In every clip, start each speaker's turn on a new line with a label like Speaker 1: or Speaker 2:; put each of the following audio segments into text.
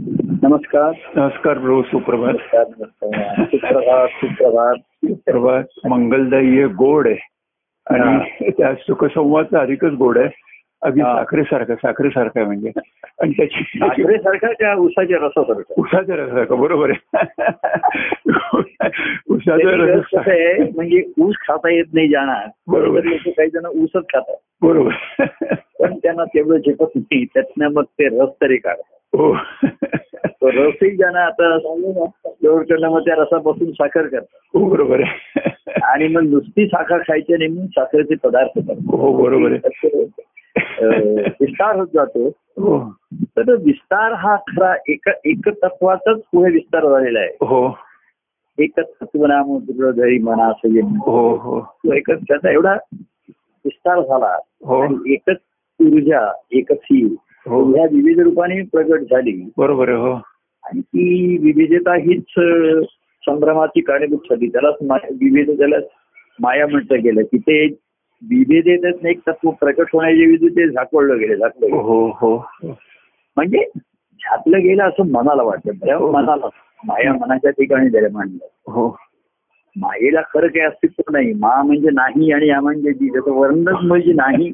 Speaker 1: नमस्कार
Speaker 2: नमस्कार प्रभू सुप्रभात
Speaker 1: नमस्कार नमस्कार सुप्रभात सुप्रभात
Speaker 2: प्रभात मंगलदायी आहे गोड आहे आणि
Speaker 1: हा.
Speaker 2: त्या सुखसंवादचा अधिकच गोड आहे अगदी
Speaker 1: हा.
Speaker 2: साखरेसारखा साखरेसारखा आहे म्हणजे आणि त्याची
Speaker 1: साखरेसारखा त्या उसाच्या रसासारखा
Speaker 2: उसाचा रसासारखा बरोबर आहे उसाचा
Speaker 1: त्याची रस कसं
Speaker 2: रस
Speaker 1: आहे म्हणजे ऊस खाता येत नाही जाणार
Speaker 2: बरोबर.
Speaker 1: लोक काही जण ऊसच खातात
Speaker 2: बरोबर
Speaker 1: पण त्यांना तेवढं झेपत नाही त्यातनं मग ते रस तरी काढतात
Speaker 2: हो
Speaker 1: तो रसही ज्यांना आता जवळकडनं मग त्या रसापासून साखर करतात
Speaker 2: हो बरोबर आहे
Speaker 1: आणि मग नुसती साखर खायची नाही म्हणून साखरेचे पदार्थ करतात
Speaker 2: हो बरोबर आहे
Speaker 1: असं, अं, विस्तार होत जातो
Speaker 2: हो
Speaker 1: तर विस्तार हा खरा एक एक तत्वाचाच पुढे विस्तार झालेला आहे
Speaker 2: हो
Speaker 1: एकच तत्व नाम दुर्धरी म्हणा संयम
Speaker 2: हो हो
Speaker 1: तो एकच त्याचा एवढा विस्तार झाला
Speaker 2: हो.
Speaker 1: आणि एकच ऊर्जा एकच ही
Speaker 2: हो.
Speaker 1: ह्या विविध रूपाने प्रगट झाली
Speaker 2: बरोबर आहे हो
Speaker 1: आणि ती विविधता हीच अ, संभ्रमाची कारणीभूत ठरली त्यालाच मा- विविध त्याला माया म्हटलं गेलं की ते विविधतेत एक तत्व प्रकट होण्याच्या ते झाकवलं गेलं झाकलं गेलं
Speaker 2: हो हो हो.
Speaker 1: म्हणजे झाकलं गेलं असं मनाला वाटतं त्या मनाला माया मनाच्या ठिकाणी त्याला मांडलं
Speaker 2: हो
Speaker 1: मायेला खरं काही अस्तित्व नाही मा म्हणजे नाही आणि या म्हणजे जी त्याचं वर्णनच म्हणजे नाही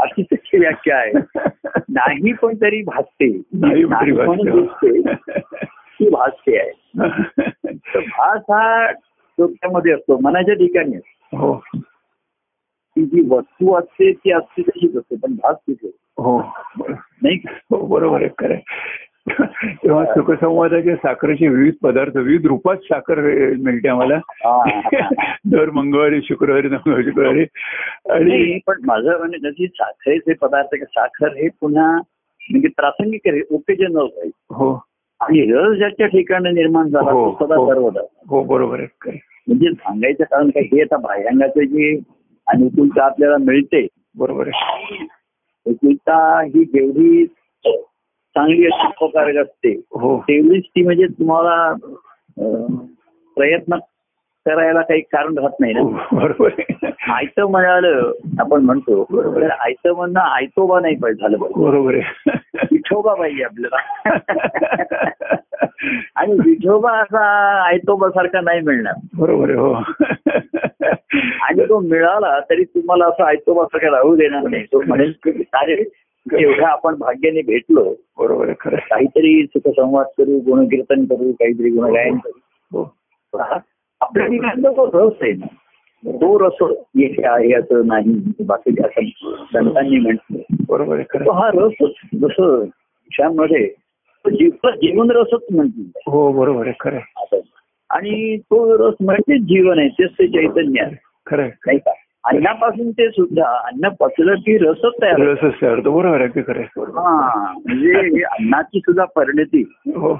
Speaker 1: अशी त्याची व्याख्या आहे नाही पण तरी भासते
Speaker 2: नाही
Speaker 1: नाही म्हणून दिसते ती भासते आहे तर भास हा डोक्यामध्ये असतो मनाच्या ठिकाणी असतो.
Speaker 2: हो
Speaker 1: ती जी वस्तू असते ती असते तशीच असते पण भास तिथे
Speaker 2: हो
Speaker 1: नाही का?
Speaker 2: हो बरोबर आहे खरं आहे. तेव्हा सुखसंवादाचे साखरेचे विविध पदार्थ विविध रूपात साखर अ, मिळते आम्हाला
Speaker 1: हा.
Speaker 2: दर मंगळवारी शुक्रवारी नववारी, शुक्रवारी आणि
Speaker 1: नाही, पण माझं म्हणजे त्याची साखरेचे पदार्थ साखर हे पुन्हा म्हणजे प्रासंगिक आहे ओकेजन आहे
Speaker 2: हो
Speaker 1: आणि रस ज्याच्या ठिकाणी निर्माण झाला
Speaker 2: हो,
Speaker 1: तो सदा
Speaker 2: हो.
Speaker 1: सर्वदा
Speaker 2: हो बरोबर आहे खरं आहे.
Speaker 1: म्हणजे सांगायचं कारण काय हे आता बाह्यांगाचं जी अनुकूलता आपल्याला मिळते
Speaker 2: बरोबर आहे
Speaker 1: अनुकूलता ही जेवढी चांगली असते उपकारक असते
Speaker 2: हो
Speaker 1: तेवढीच ती म्हणजे तुम्हाला अं, प्रयत्न करायला काही कारण राहत नाही ना
Speaker 2: हो, बरोबर आहे
Speaker 1: आयतं म्हणालं आपण म्हणतो
Speaker 2: बरोबर.
Speaker 1: तर आयतं म्हणणं आयतोबा नाही पाहिजे झालं पाहिजे
Speaker 2: बरोबर आहे
Speaker 1: विठोबा पाहिजे आपल्याला आणि विठोबा असा आयतोबा सारखा नाही मिळणार
Speaker 2: बरोबर आहे हो
Speaker 1: आणि तो मिळाला तरी तुम्हाला असं आयतोबा सारखा राहू देणार नाही तो म्हणेल की अरे एवढा आपण भाग्याने भेटलो
Speaker 2: बरोबर आहे खरं आहे.
Speaker 1: काहीतरी सुखसंवाद करू गुणकीर्तन करू काहीतरी गुणगायन करू
Speaker 2: हो
Speaker 1: पण हा आपल्या ठिकाणचा तो रस आहे ना तो रस येथे आहे असं नाही बाकी असं संतांनी म्हटलं
Speaker 2: बरोबर आहे खरं
Speaker 1: तो
Speaker 2: आहे.
Speaker 1: हा रस जसं विषयांमध्ये तो जीव जीवन रसच म्हणतील
Speaker 2: हो बरोबर आहे खरं आहे.
Speaker 1: आपण. आणि तो रस म्हणजे जीवन आहे तेच ते चैतन्य आहे
Speaker 2: खरं आहे.
Speaker 1: नाही का अन्नापासून ते सुद्धा अन्न पचलं की रसच तयार होतो.
Speaker 2: रस असते अर्थ बरोबर आहे अगदी खरं आहे. बरोबर
Speaker 1: हा म्हणजे हे अन्नाची सुद्धा परिणती
Speaker 2: हो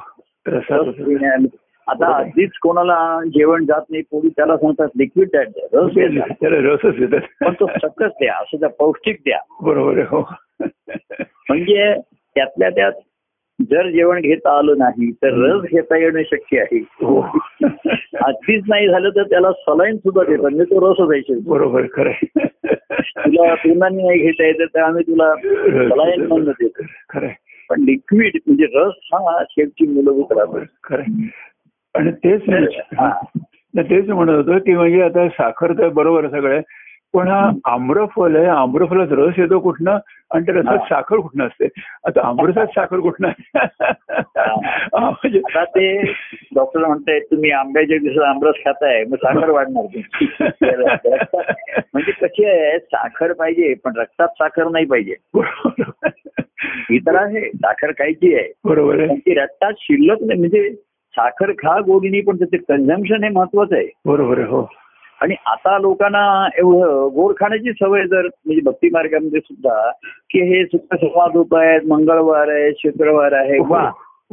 Speaker 2: रसात
Speaker 1: रस
Speaker 2: होतं.
Speaker 1: पिण्याने. आता
Speaker 2: बरोबर.
Speaker 1: अगदीच कोणाला जेवण जात नाही पोळी त्याला सांगतात लिक्विड डाएट द्या रस द्या त्याला.
Speaker 2: त्याला रसच येतात
Speaker 1: पण तो सकस द्या असं त्या पौष्टिक द्या
Speaker 2: बरोबर आहे हो
Speaker 1: म्हणजे त्यातल्या त्यात जर जेवण घेता आलं नाही तर रस घेता येणं शक्य आहे
Speaker 2: हो
Speaker 1: अगदीच नाही झालं तर त्याला सलाईन सुद्धा देतात म्हणजे तो रस द्यायचे
Speaker 2: बरोबर आहे, खरं आहे.
Speaker 1: तुला तुला नाही घेता येतं तर आम्ही तुला सलाईन म्हणून देतो
Speaker 2: खरं आहे,
Speaker 1: पण लिक्विड म्हणजे रस हा शेवटी मूलभूत राहतो
Speaker 2: खरं आहे. आणि तेच म्हणजे-
Speaker 1: तर, हा.
Speaker 2: ना तेच म्हणत होतो की म्हणजे आता साखर तर बरोबर आहे सगळं आहे. पण हा आम्रफल आहे आम्रफलात रस येतो कुठनं आणि त्या रसात
Speaker 1: हा.
Speaker 2: साखर कुठनं असते आता आम्रसात साखर कुठनं हा, म्हणजे
Speaker 1: आता ते डॉक्टर म्हणतायत तुम्ही आंब्याच्या दिवसात आमरस खाताय मग साखर वाढणार तुमची. म्हणजे कशी आहे साखर पाहिजे पण रक्तात साखर नाही पाहिजे ही तर आहे साखर खायची आहे
Speaker 2: बरोबर आहे
Speaker 1: पण ती रक्तात शिल्लक नाही म्हणजे साखर खा गोडीनी पण त्याचे कन्झम्पशन हे महत्वाचं आहे
Speaker 2: बरोबर आहे हो
Speaker 1: आणि आता लोकांना एवढं गोड खाण्याची सवय जर म्हणजे भक्ती मार्गामध्ये सुद्धा की हे सुद्धा संवाद होत आहेत मंगळवार आहे शुक्रवार आहे वा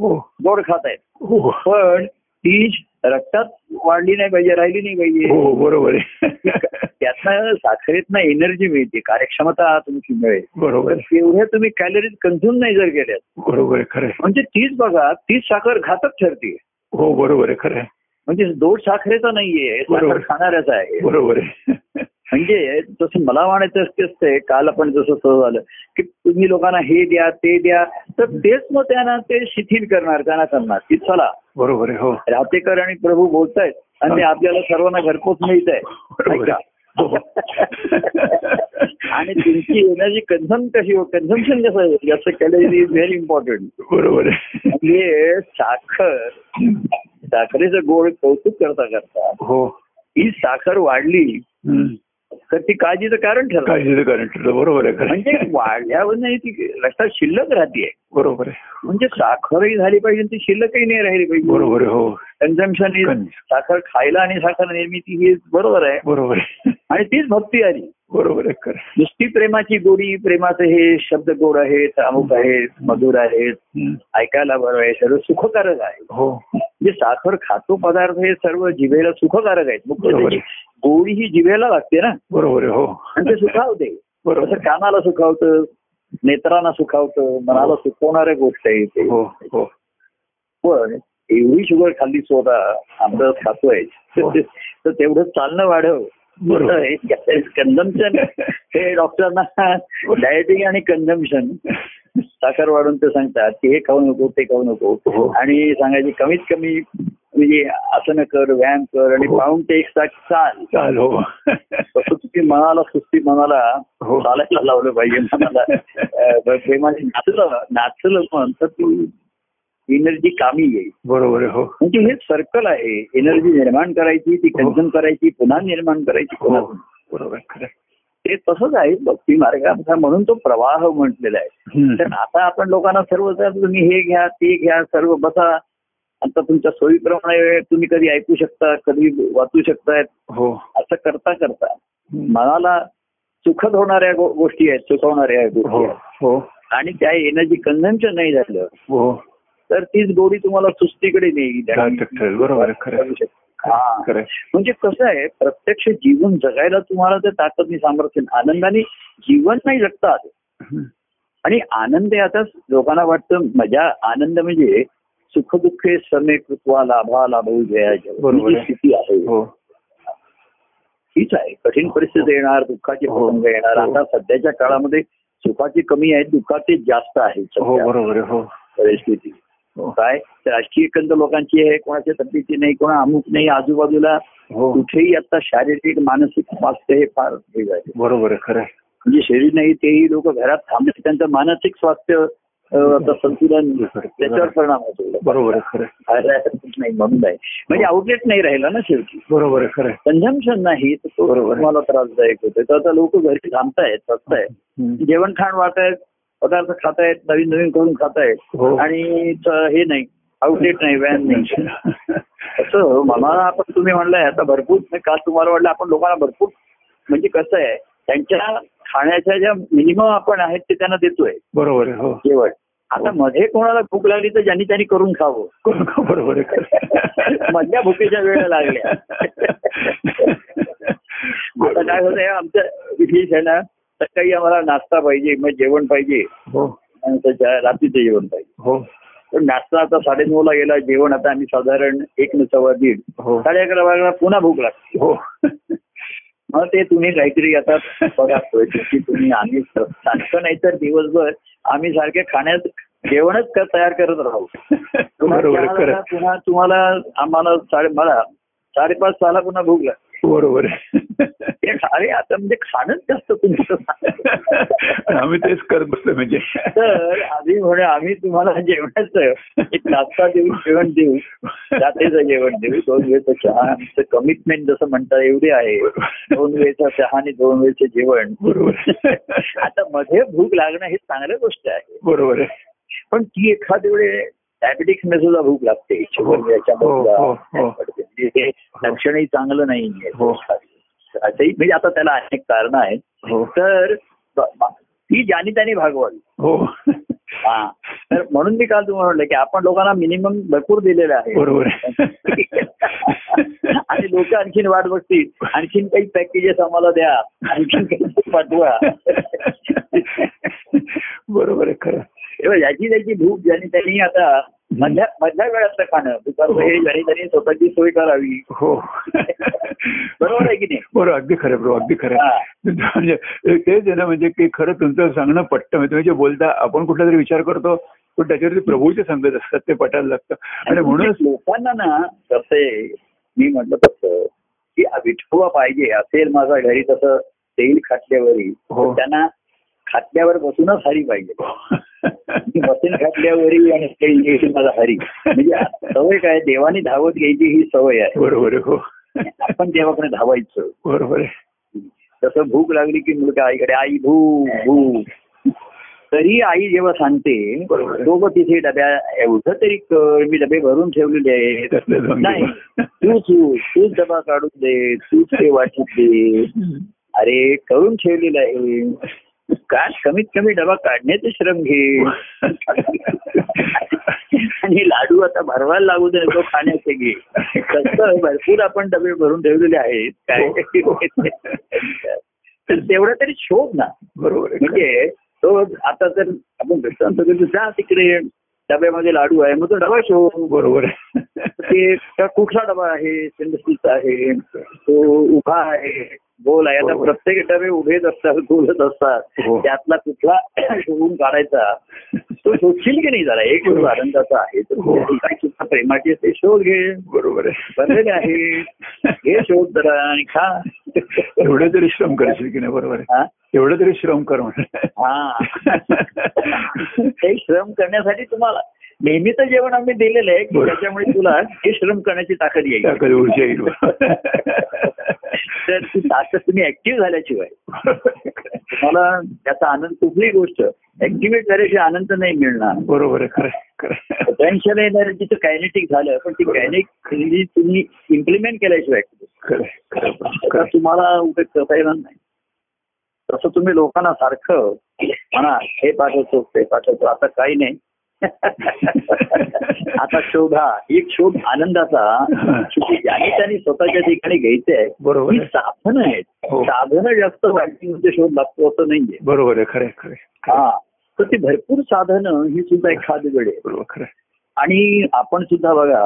Speaker 2: हो
Speaker 1: गोड खात आहेत
Speaker 2: हो हो.
Speaker 1: पण ती रक्तात वाढली नाही पाहिजे राहिली नाही पाहिजे
Speaker 2: हो बरोबर आहे
Speaker 1: त्यातनं साखरेतनं एनर्जी मिळते कार्यक्षमता तुमची मिळेल
Speaker 2: बरोबर
Speaker 1: तर
Speaker 2: आहे.
Speaker 1: तेवढ्या तुम्ही कॅलरीज कन्झ्युम नाही जर केल्यात
Speaker 2: बरोबर आहे खरं आहे.
Speaker 1: म्हणजे तीच बघा तीच साखर घातक ठरते
Speaker 2: हो बरोबर आहे खरं आहे.
Speaker 1: म्हणजे दोष साखरेचा नाहीये साखर
Speaker 2: बरोबर.
Speaker 1: खाणाऱ्याचा आहे
Speaker 2: बरोबर आहे
Speaker 1: म्हणजे जसं मला म्हणायचं असं असतंय काल आपण जसं सहज झालं की तुम्ही लोकांना हे द्या ते द्या तर तेच मग त्यांना ते शिथिल करणार त्यांना करणार की चला
Speaker 2: बरोबर आहे हो
Speaker 1: राहतेकर आणि प्रभू बोलतायत आणि ते आपल्याला सर्वांना घरपोच मिळत
Speaker 2: बरोबर
Speaker 1: आहे
Speaker 2: आहे. हो.
Speaker 1: आणि तुमची एनर्जी कन्झम कशी हो कन्झम्पन कसं आहे याचं केलं इज व्हेरी इम्पॉर्टंट
Speaker 2: बरोबर आहे
Speaker 1: म्हणजे साखर साखरेचं गोड कौतुक करता करता
Speaker 2: हो
Speaker 1: ही साखर वाढली
Speaker 2: हम्म.
Speaker 1: तर ती काळजीचं कारण ठरतं
Speaker 2: काळजीचं कारण ठरलं बरोबर आहे खरं
Speaker 1: म्हणजे
Speaker 2: आहे.
Speaker 1: वाढल्यावर नाही ती रक्तात शिल्लक राहतीये
Speaker 2: बरोबर आहे
Speaker 1: म्हणजे साखरही झाली पाहिजे आणि ती शिल्लकही नाही राहिली पाहिजे
Speaker 2: बरोबर आहे हो
Speaker 1: कन्झम्पशन
Speaker 2: Con-
Speaker 1: साखर खायला आणि साखर निर्मिती ही बरोबर आहे
Speaker 2: बरोबर आहे
Speaker 1: आणि तीच भक्ती आली
Speaker 2: बरोबर आहे खरं आहे.
Speaker 1: नुसती प्रेमाची गोडी प्रेमाचे हे शब्द गोड आहेत अमुक आहेत मधुर आहेत
Speaker 2: हम्म.
Speaker 1: ऐकायला बरं आहे सर्व सुखकारक आहे
Speaker 2: हो
Speaker 1: म्हणजे साखर खातो पदार्थ हे सर्व जिभेला सुखकारक आहेत मुख्य
Speaker 2: बरोबर.
Speaker 1: त्याची गोडी ही जिभेला लागते ना
Speaker 2: बरोबर आहे हो
Speaker 1: आणि ते सुखावते
Speaker 2: बरोबर
Speaker 1: तसं कानाला सुखावतं नेत्रांना सुखावतं मनाला सुखवणाऱ्या गोष्ट आहे ते
Speaker 2: हो हो
Speaker 1: पण एवढी शुगर खाल्ली स्वतः आमचं खातोय
Speaker 2: हो.
Speaker 1: तर तेवढं चालणं वाढव
Speaker 2: बरोबर.
Speaker 1: कन्झम्पशन हे डॉक्टरांना डायटिंग आणि कन्झम्पशन साखर वाढून ते सांगतात की हे खाऊ नको ते खाऊ
Speaker 2: हो.
Speaker 1: नको आणि सांगायचे कमीत कमी म्हणजे आसनं कर व्यायाम कर आणि
Speaker 2: हो.
Speaker 1: पाऊण ते एक तास चाल
Speaker 2: चाल हो
Speaker 1: तसं तुम्ही मनाला सुस्ती मनाला
Speaker 2: हो.
Speaker 1: चालायला लावलं पाहिजे मनाला अं, प्रेमाने नाचलं नाचलं पण तर तू एनर्जी कामी येईल
Speaker 2: बरोबर आहे हो
Speaker 1: म्हणजे हे सर्कल आहे एनर्जी निर्माण करायची ती कन्झ्युम करायची पुन्हा निर्माण करायची
Speaker 2: हो
Speaker 1: पुन्हा
Speaker 2: बरोबर आहे खरं आहे.
Speaker 1: ते तसंच आहे भक्ती मार्गाचा म्हणून तो प्रवाह म्हटलेला आहे तर
Speaker 2: हम्म.
Speaker 1: आता आपण लोकांना सर्व जर तुम्ही हे घ्या ते घ्या सर्व बसा आता तुमच्या सोयीप्रमाणे तुम्ही कधी ऐकू शकता कधी वाचू शकतायत
Speaker 2: हो
Speaker 1: असं करता करता
Speaker 2: हम्म.
Speaker 1: मनाला सुखद होणाऱ्या गो- गोष्टी आहेत सुखवणाऱ्या
Speaker 2: हो
Speaker 1: गोष्टी आहेत.
Speaker 2: हो
Speaker 1: आणि त्या एनर्जी कन्झम्पन नाही झालं
Speaker 2: हो
Speaker 1: तर तीच गोडी तुम्हाला सुस्तीकडे नेईल
Speaker 2: घातक ठरेल बरोबर आहे खरं आहे.
Speaker 1: करू शकता. हा.
Speaker 2: खरं आहे.
Speaker 1: म्हणजे कसं आहे प्रत्यक्ष जीवन जगायला तुम्हाला ते ताकदनी सामर्थ्य नाही. आनंदाने जीवन नाही जगता आलं
Speaker 2: हम्म.
Speaker 1: आणि आनंद हे आता लोकांना वाटतं मजा आनंद म्हणजे सुख दुःख समे कृत्वा लाभा लाभू जयाजय.
Speaker 2: बरोबर
Speaker 1: ही जी
Speaker 2: आहे.
Speaker 1: स्थिती आहे
Speaker 2: हो
Speaker 1: हीच आहे कठीण परिस्थिती येणार दुःखाचे
Speaker 2: हो.
Speaker 1: प्रसंग येणार
Speaker 2: हो.
Speaker 1: आता सध्याच्या काळामध्ये सुखाची कमी आहे दुःखाचे जास्त आहे
Speaker 2: हो
Speaker 1: सध्या
Speaker 2: बरोबर आहे हो
Speaker 1: परिस्थिती
Speaker 2: हो
Speaker 1: काय राजकीय एकंदर लोकांची आहे कोणाच्या तब्येती नाही कोणा अमुक नाही आजूबाजूला
Speaker 2: हो
Speaker 1: कुठेही आता शारीरिक मानसिक स्वास्थ्य हे फार हे झाले
Speaker 2: बरोबर आहे खरं आहे.
Speaker 1: म्हणजे शरीर नाही तेही लोक घरात थांबले त्यांचं मानसिक स्वास्थ्य
Speaker 2: हो.
Speaker 1: अं, आता संतुलन त्याच्यावर परिणाम होतो
Speaker 2: बरोबर आहे खरं आहे.
Speaker 1: खायला हरकत नाही म्हणून नाही म्हणजे
Speaker 2: हो.
Speaker 1: आउटलेट नाही राहिला ना शेवटी
Speaker 2: बरोबर आहे खरं आहे.
Speaker 1: कंझम्पशन नाही तर तो
Speaker 2: बरोबर आहे.
Speaker 1: तुम्हाला त्रासदायक होतोय तर आता लोक घरी थांबतायत बसतायत
Speaker 2: हम्म.
Speaker 1: जेवण खाण वाटायत पदार्थ खातायत नवीन नवीन करून
Speaker 2: हो.
Speaker 1: खातायत आणि त- हे नाही आउटलेट नाही व्यायाम नाही असं मला आपण तुम्ही म्हणलंय आता भरपूर मी काल तुम्हाला वाटलं आपण लोकांना भरपूर म्हणजे कसं आहे त्यांच्या खाण्याच्या ज्या मिनिमम आपण आहेत ते त्यांना देतोय
Speaker 2: बरोबर आहे हो
Speaker 1: जेवण आता मध्ये कोणाला भूक लागली तर ज्यांनी त्यांनी करून खावं
Speaker 2: बरोबर आहे खरं आहे.
Speaker 1: मधल्या भुकेच्या वेळा लागल्या आता काय होत आहे आमच्या विशेष आहे ना सकाळी आम्हाला नाश्ता पाहिजे मग जेवण पाहिजे
Speaker 2: हो
Speaker 1: आणि त्याच्या रात्रीचं जेवण पाहिजे
Speaker 2: हो
Speaker 1: पण नाश्ता आता साडेनऊ ला गेला जेवण आता आम्ही साधारण एक न सव्वा दीड
Speaker 2: हो
Speaker 1: साडे अकरा वाजता पुन्हा भूक लागते
Speaker 2: हो
Speaker 1: मग ते तुम्ही काहीतरी आता बघा की तुम्ही आम्ही सारखं नाही तर दिवसभर आम्ही सारखे खाण्यात जेवणच क- तयार करत राहू पुन्हा
Speaker 2: बरोबर आहे खरं
Speaker 1: चहाला-
Speaker 2: आहे.
Speaker 1: पुन्हा तुम्हाला आम्हाला साडे मला साडेपाच सहाला पुन्हा भूक लागते
Speaker 2: बरोबर आहे
Speaker 1: ते खा- अरे आता म्हणजे खाणंच जास्त तुमचं
Speaker 2: आम्ही तेच करत बसलो म्हणजे
Speaker 1: तर आम्ही म्हणे आम्ही तुम्हाला जेवणाचं एक नाश्ता देऊ जेवण देऊ रात्रीचं जेवण देऊ दोन वेळचं चहा आमचं कमिटमेंट जसं म्हणता एवढे आहे दोन वेळचा चहा आणि दोन वेळचं जेवण
Speaker 2: बरोबर
Speaker 1: आता मध्ये भूक लागणं हे चांगली गोष्ट आहे
Speaker 2: बरोबर आहे
Speaker 1: पण ती एखाद्या वेळे डायबेटिक्स सुद्धा भूक लागते
Speaker 2: हो,
Speaker 1: शुगर याच्या
Speaker 2: हो, हो, हो.
Speaker 1: म्हणजे हे लक्षणही चांगलं नाहीये
Speaker 2: हो.
Speaker 1: असंही म्हणजे आता त्याला अनेक कारण आहेत
Speaker 2: हो
Speaker 1: तर ब- ब- ती ज्यानी त्याने भागवावी
Speaker 2: हो
Speaker 1: हा तर म्हणून मी काल तुम्हाला म्हटलं की आपण लोकांना मिनिमम भरपूर दिलेलं आहे
Speaker 2: बरोबर आहे
Speaker 1: आणि लोक आणखीन वाट बघतील आणखीन काही पॅकेजेस आम्हाला द्या आणखीन काही पाठवा
Speaker 2: बरोबर आहे खरं
Speaker 1: तेव्हा याची त्याची भूक ज्याने त्यांनी आता मधल्या मधल्या वेळातलं खाणं दुपारचं हे घरी घरी स्वतःची सोय करावी
Speaker 2: हो
Speaker 1: बरोबर आहे की नाही
Speaker 2: बरोबर अगदी खरं प्रभू अगदी खरं
Speaker 1: हा.
Speaker 2: म्हणजे तेच आहे ना म्हणजे की खरं तुमचं सांगणं पट्ट म्हणजे तुम्ही जे बोलता आपण कुठला तरी विचार करतो पण त्याच्यावरती प्रभूचे सांगत असतात ते पटायला लागतं आणि म्हणूनच
Speaker 1: लोकांना ना कसं आहे, मी म्हटलं तसं की विठोबा पाहिजे असेल माझा घरी तसं तेल खाटल्यावरही
Speaker 2: हो.
Speaker 1: तर त्यांना खाटल्यावर बसूनच हरी पाहिजे मी बसून खाटल्यावरही आणि तेल येईल माझा हरी म्हणजे सवय काय देवाने धावत घ्यायची ही सवय आहे
Speaker 2: बरोबर आहे, हो
Speaker 1: आपण देवाकडे धावायचं
Speaker 2: बरोबर आहे
Speaker 1: तसं भूक लागली की मुलगा आईकडे आई भू भू तरी आई जेव्हा सांगते
Speaker 2: बरोबर आहे.
Speaker 1: दोघं तिथे डब्या एवढं तरी कर मी डबे भरून ठेवलेले आहेत
Speaker 2: त्यातले दोन
Speaker 1: नाही
Speaker 2: दिवस.
Speaker 1: तूच तूच डबा काढून दे तूच ते वाटून दे अरे करून ठेवलेलं आहे का कमीत कमी डबा काढण्याचे श्रम घे आणि लाडू आता भरवायला लागू दे तो खाण्याचे घे तसं भरपूर आपण डबे भरून ठेवलेले आहेत काय तर तेवढा तरी शोध ना
Speaker 2: बरोबर आहे
Speaker 1: म्हणजे तो आता तर आपण भेटतो सगळं जा तिकडे डब्यामध्ये लाडू आहे मग तो डबा शोध
Speaker 2: बरोबर आहे
Speaker 1: ते त्या कुठला डबा आहे स्टेनलेसचा आहे तो उभा आहे गोल आहे आता
Speaker 2: बरोबर.
Speaker 1: प्रत्येक डबे उभेच असतात गोलच असतात
Speaker 2: हो.
Speaker 1: त्यातला कुठला शोधून काढायचा तो शोधशील की नाही जरा एक शोध आनंदाचा आहे तर
Speaker 2: हो.
Speaker 1: तुझ्या ठिकाणी सुद्धा प्रेमाची ते शोध घे
Speaker 2: बरोबर
Speaker 1: बनलेले
Speaker 2: आहे
Speaker 1: आहे घे शोध जरा आणि खा
Speaker 2: एवढे तरी श्रम करशील की नाही बरोबर आहे
Speaker 1: हा?
Speaker 2: एवढं तरी श्रम कर
Speaker 1: हा
Speaker 2: म्हणलं
Speaker 1: ते श्रम करण्यासाठी तुम्हाला नेहमीचं जेवण आम्ही दिलेलं आहे की
Speaker 2: बरोबर.
Speaker 1: त्याच्यामुळे तुला हे श्रम करण्याची ताकद येईल
Speaker 2: त्याकडे ऊर्जा येईल
Speaker 1: तर ती ताकद तुम्ही ऍक्टिव्ह झाल्याशिवाय तुम्हाला त्याचा आनंद कुठलीही गोष्ट ऍक्टिव्हेट झाल्याशिवाय आनंद नाही मिळणार
Speaker 2: बरोबर आहे खरं आहे, खरं आहे.
Speaker 1: पोटेन्शियल एनर्जीचं कायनेटिक झालं पण ती कायनेटिक एनर्जी तुम्ही इम्प्लिमेंट केल्याशिवाय
Speaker 2: खरं आहे, खरं आहे, खरं
Speaker 1: त्याचा
Speaker 2: आहे.
Speaker 1: तुम्हाला उपयोग करता येणार नाही तसं तुम्ही लोकांना सारखं म्हणा हे पाठवतो ते पाठवतो आता काही नाही आता शोधा एक शोध आनंदाचा की ज्याने त्याने स्वतःच्या ठिकाणी घ्यायचे आहे
Speaker 2: बरोबर
Speaker 1: ही
Speaker 2: आहे.
Speaker 1: साधनं आहेत
Speaker 2: हो.
Speaker 1: साधनं जास्त वाटणीमध्ये शोध लागतो असं नाहीये
Speaker 2: बरोबर आहे खरं आहे, खरं आहे.
Speaker 1: हा तर ती भरपूर साधनं ही सुद्धा एक खादी वेळ आहे
Speaker 2: बरोबर खरं आहे.
Speaker 1: आणि आपण सुद्धा बघा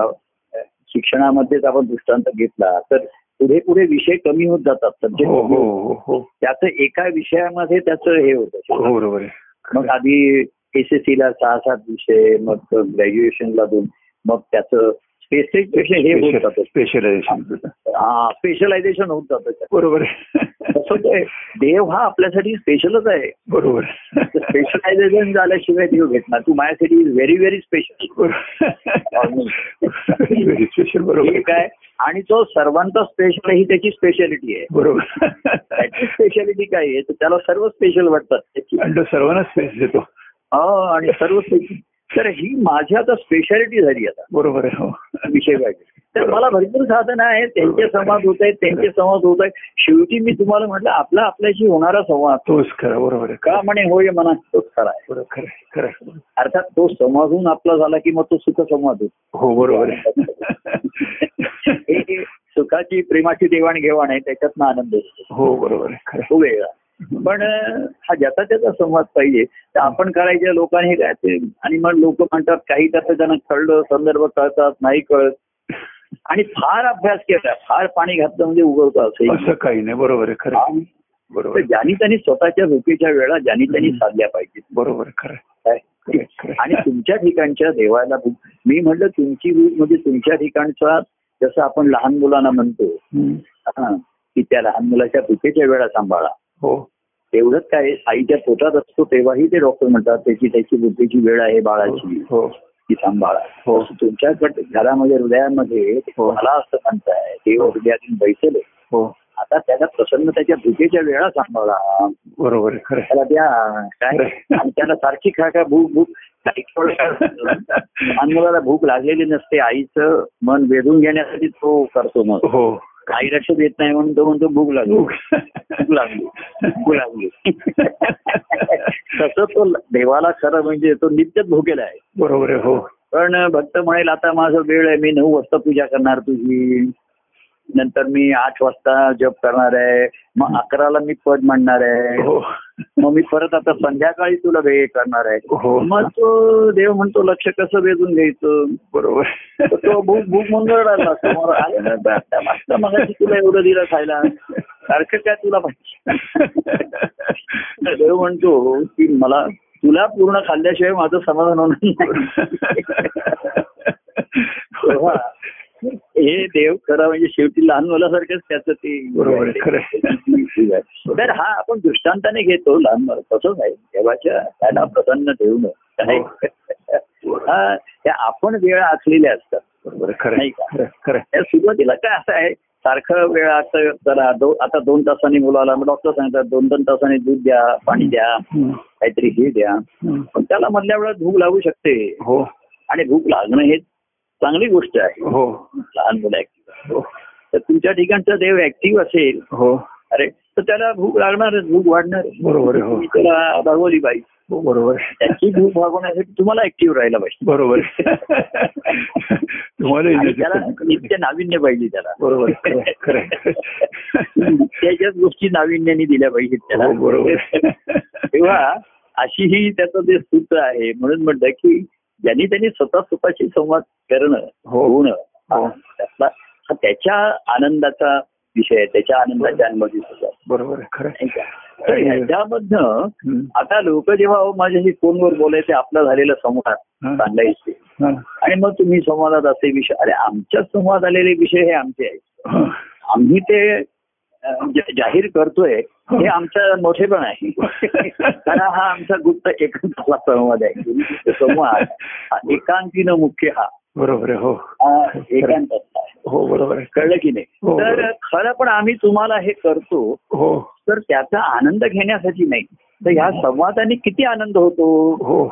Speaker 1: अ, शिक्षणामध्येच आपण दृष्टांत घेतला तर पुढे पुढे विषय कमी होत जातात सब्जेक्ट
Speaker 2: हो हो हो हो
Speaker 1: त्याचं एका विषयामध्ये त्याचं हे होतं
Speaker 2: हो, बरोबर आहे
Speaker 1: मग आधी एसएससी ला सहा सात विषय मग ग्रॅज्युएशनला दोन मग त्याचं स्पेसिफिकेशन हे होत जातं
Speaker 2: स्पेशलायझेशन
Speaker 1: हा स्पेशलायझेशन होत जातं त्याचं.
Speaker 2: बरोबर आहे.
Speaker 1: तसं ते देव हा आपल्यासाठी स्पेशलच आहे
Speaker 2: बरोबर आहे.
Speaker 1: स्पेशलायझेशन झाल्याशिवाय देव भेटणार तू माझ्यासाठी very very special
Speaker 2: very special बरोबर
Speaker 1: ठीक आहे आणि तो सर्वांचा स्पेशल ही त्याची स्पेशालिटी आहे त्याची
Speaker 2: बरोबर
Speaker 1: स्पेशालिटी काय आहे तर त्याला सर्व स्पेशल वाटतात त्याची
Speaker 2: आणि तो सर्वांना स्पेस देतो
Speaker 1: हा, आणि सर्व स्पेशल तर ही माझी आता स्पेशालिटी झाली आता
Speaker 2: बरोबर आहे हो
Speaker 1: विषय पाहिजे तर मला भरपूर साधनं आहेत त्यांचे संवाद होत आहेत त्यांचे संवाद होत आहेत शेवटी मी तुम्हाला म्हटलं आपला आपल्याशी होणारा संवाद
Speaker 2: तोच खरा बरोबर आहे
Speaker 1: का म्हणे होय म्हणा तोच खरा आहे
Speaker 2: बरोबर खरं आहे, खरं आहे.
Speaker 1: अर्थात तो संवाद होऊन आपला झाला की मग तो सुख संवाद होतो
Speaker 2: हो बरोबर
Speaker 1: हे
Speaker 2: आहे
Speaker 1: हे सुखाची प्रेमाची देवाणघेवाण आहे त्याच्यातनं आनंद असतो
Speaker 2: हो बरोबर आहे खरं आहे.
Speaker 1: तो वेगळा पण अं, हा ज्याचा त्याचा संवाद पाहिजे तर आपण करायच्या लोकांनी हे काय ते आणि मग लोक म्हणतात काही त्याचं त्यांना कळलं संदर्भ कळतात नाही कळत आणि फार अभ्यास केला फार पाणी घातलं म्हणजे उगवतं असेल
Speaker 2: असं काही नाही बरोबर आहे खरं आहे. बरोबर
Speaker 1: तर
Speaker 2: आहे.
Speaker 1: ज्यांनी त्यांनी स्वतःच्या झोपेच्या वेळा ज्यांनी त्यांनी साधल्या पाहिजेत
Speaker 2: बरोबर आहे, खरं आहे.
Speaker 1: काय?
Speaker 2: खरं आहे, खरं आहे.
Speaker 1: आणि तुमच्या ठिकाणच्या देवाला भूक मी म्हटलं तुमची भूक म्हणजे तुमच्या ठिकाणचा जसं आपण लहान मुलांना म्हणतो
Speaker 2: हम्म.
Speaker 1: हा, की त्या लहान मुलाच्या भूकेच्या वेळा सांभाळा
Speaker 2: हो
Speaker 1: तेवढंच काय आईच्या पोटात असतो तेव्हाही ते डॉक्टर म्हणतात त्याची त्याची बुद्धीची वेळ आहे बाळाची
Speaker 2: हो
Speaker 1: ती सांभाळा
Speaker 2: हो.
Speaker 1: तसं तुमच्याकडे घरामध्ये हृदयामध्ये
Speaker 2: हो.
Speaker 1: मला असं म्हणताय देव हृदयातून बैसले
Speaker 2: हो
Speaker 1: आता त्याला प्रसन्न त्याच्या भूकेच्या वेळा सांभाळा
Speaker 2: बरोबर आहे खरं आहे.
Speaker 1: त्याला द्या काय आणि त्याला सारखी खा का भूक भूक काही थोडं काय लहान मुलाला भूक लागलेली नसते आईचं मन वेधून घेण्यासाठी तो करतो मग
Speaker 2: हो
Speaker 1: आई लक्ष देत नाही म्हणून तो म्हणतो भूक लागली भूक लागली भूक लागली तसं तो देवाला खरं म्हणजे तो नित्यच भुकेला आहे
Speaker 2: बरोबर आहे हो
Speaker 1: पण भक्त म्हणेल आता माझा वेळ आहे मी नऊ वाजता पूजा करणार तुझी नंतर मी आठ वाजता जप करणार आहे मग अकराला मी पद म्हणणार आहे
Speaker 2: हो
Speaker 1: मग मी परत आता संध्याकाळी तुला वेळ करणार आहे
Speaker 2: हो
Speaker 1: मग तो देव म्हणतो लक्ष कसं वेधून घ्यायचं
Speaker 2: बरोबर
Speaker 1: तर तो भूक भूक मुंगळ आला समोर आले ना तर आता मस्त मग तुला एवढं दिलं खायला सारखं काय तुला पाहिजे देव म्हणतो की मला तुला पूर्ण खाल्ल्याशिवाय माझं समाधान होणार नाही. तेव्हा हे देव खरं म्हणजे शेवटी लहान मुलासारखंच त्याचं ते
Speaker 2: बरोबर आहे, खरं
Speaker 1: ठीक आहे. तर हा आपण दृष्टांताने घेतो लहान मुलं तसंच आहे देवाच्या त्याला प्रसन्न ठेवणं काय
Speaker 2: हो.
Speaker 1: हा, त्या आपण वेळ आखलेल्या असतात
Speaker 2: बरोबर आहे, खरं आहे,
Speaker 1: नाही का?
Speaker 2: खरं आहे, खरं आहे.
Speaker 1: या सुरुवातीला काय असं आहे सारखं वेळ असं जरा दो, आता दोन तासांनी मुलाला मग डॉक्टर सांगतात दोन दोन तासांनी दूध द्या पाणी द्या
Speaker 2: हम्म,
Speaker 1: काहीतरी हे द्या
Speaker 2: हम्म.
Speaker 1: पण त्याला मधल्या वेळात भूक लागू शकते
Speaker 2: हो
Speaker 1: आणि भूक लागणं हे चांगली गोष्ट आहे
Speaker 2: हो
Speaker 1: लहान मुलं ऍक्टिव्ह
Speaker 2: हो
Speaker 1: तर तुमच्या ठिकाणचा देव ऍक्टिव्ह असेल
Speaker 2: हो
Speaker 1: अरे तर त्याला भूक लागणारच भूक वाढणार
Speaker 2: बरोबर आहे, हो.
Speaker 1: त्याला भागवली पाहिजे
Speaker 2: हो, बरोबर आहे.
Speaker 1: त्याची भूक भागवण्यासाठी तुम्हाला ऍक्टिव्ह राहायला पाहिजे
Speaker 2: बरोबर आहे. तुम्हाला
Speaker 1: आणि
Speaker 2: येण्याची
Speaker 1: त्याला
Speaker 2: कल्पना नाही.
Speaker 1: नित्य नाविन्य पाहिजे त्याला
Speaker 2: बरोबर आहे, खरं आहे, खरं आहे.
Speaker 1: त्याच्याच गोष्टी नाविन्याने दिल्या पाहिजेत त्याला
Speaker 2: हो, बरोबर आहे.
Speaker 1: तेव्हा अशी ही त्याचं जे सूत्र आहे म्हणून म्हणतं की ज्यांनी त्यांनी स्वतः स्वतःशी संवाद करणं
Speaker 2: हो.
Speaker 1: होणं
Speaker 2: हो.
Speaker 1: त्यातला हा त्याच्या आनंदाचा विषय आहे त्याच्या आनंदाच्या अनुभवी सुद्धा आहे.
Speaker 2: बरोबर आहे, खरं आहे.
Speaker 1: नाही का? तर ह्याच्यामधनं
Speaker 2: हम्म.
Speaker 1: आता लोक जेव्हा अहो माझ्याशी फोनवर बोलायचे आपला झालेला संवाद
Speaker 2: हा.
Speaker 1: सांगायचे
Speaker 2: हा.
Speaker 1: आणि मग तुम्ही संवादात असे विषय अरे आमच्या संवाद आलेले विषय हे आमचे आहेत
Speaker 2: हा.
Speaker 1: आम्ही ते अ, जा- जाहीर करतोय हे आमचं मोठेपण आहे कारण हा आमचा गुप्त एकांताला संवाद आहे तो संवाद हा एकांकीनं मुख्य हा
Speaker 2: बरोबर आहे, हो
Speaker 1: हा एकांतात आहे
Speaker 2: हो बरोबर आहे.
Speaker 1: कळलं की नाही
Speaker 2: हो.
Speaker 1: तर खरं पण आम्ही तुम्हाला हे करतो
Speaker 2: हो
Speaker 1: तर त्याचा आनंद घेण्यासाठी नाही तर ह्या संवादाने किती आनंद होतो
Speaker 2: हो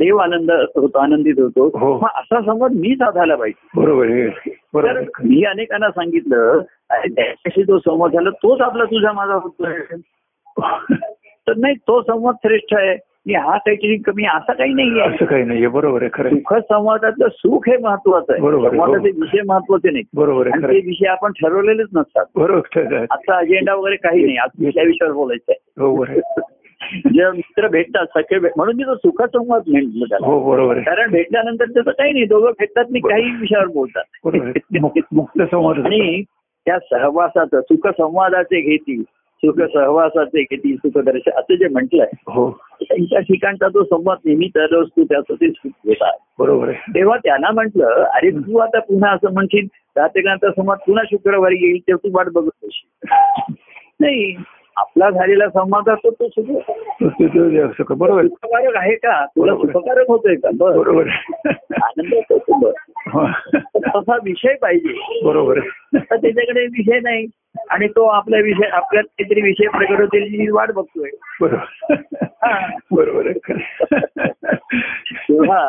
Speaker 1: देव आनंद होतो आनंदित होतो
Speaker 2: हो.
Speaker 1: मग असा संवाद मी साधायला पाहिजे
Speaker 2: बरोबर आहे बरोबर
Speaker 1: तर
Speaker 2: आहे.
Speaker 1: मी अनेकांना सांगितलं अरे त्याच्याशी जो संवाद झाला तोच आपला तुझा माझा होतोय तर नाही तो संवाद श्रेष्ठ आहे आणि हा काहीतरी कमी असा काही नाही
Speaker 2: असं
Speaker 1: आहे
Speaker 2: काही नाहीये बरोबर आहे खरं आहे.
Speaker 1: सुख संवादातलं सुख हे महत्वाचं आहे
Speaker 2: बरोबर आहे, हो.
Speaker 1: संवादाचे विषय महत्वाचे नाही
Speaker 2: बरोबर आहे
Speaker 1: आणि
Speaker 2: खरं
Speaker 1: ते
Speaker 2: आहे.
Speaker 1: विषय आपण ठरवलेलेच नसतात
Speaker 2: बरोबर खरं आहे.
Speaker 1: आजचा अजेंडा वगैरे काही नाही आज कुठल्या विषयावर बोलायचं आहे
Speaker 2: हो बरोबर आहे.
Speaker 1: जे मित्र भेटतात सखे भेट म्हणून मी तो सुखसंवाद म्हटलं त्याला
Speaker 2: हो बरोबर आहे
Speaker 1: कारण भेटल्यानंतर त्याचं काही नाही दोघं भेटतात आणि काही विषयावर
Speaker 2: बरोबर आहे.
Speaker 1: बोलतात
Speaker 2: मुक्त- मुक्त संवाद असतो.
Speaker 1: आणि त्या सहवासाचं सुखसंवादाचे घेती सुख सहवासाचे घेती सुखदर्शन असं जे म्हटलंय
Speaker 2: हो
Speaker 1: त्यांच्या ठिकाणचा जो संवाद नेहमी तर असतो त्याचं ते सुख होता
Speaker 2: बरोबर आहे
Speaker 1: तेव्हा त्यांना म्हटलं अरे तू आता पुन्हा असं म्हणशील रात्रीकांचा संवाद पुन्हा शुक्रवारी येईल तेव्हा तू वाट बघत बसशील नाही आपला झालेला संवाद असतो तो सुख
Speaker 2: तो- तो- तो जे असतो का? बरोबर आहे.
Speaker 1: सुखकारक आहे का तुला
Speaker 2: बरोबर.
Speaker 1: सुखकारक होतोय का बरं
Speaker 2: बरोबर आहे.
Speaker 1: आनंद होतो तो बरं.
Speaker 2: हो.
Speaker 1: तसा विषय पाहिजे
Speaker 2: बरोबर आहे
Speaker 1: तर त्याच्याकडे विषय नाही आणि तो आपला विषय आपल्यात काहीतरी विषय प्रकट होतील जी वाट बघतोय
Speaker 2: बरोबर बरोबर आहे खरं आहे.
Speaker 1: तेव्हा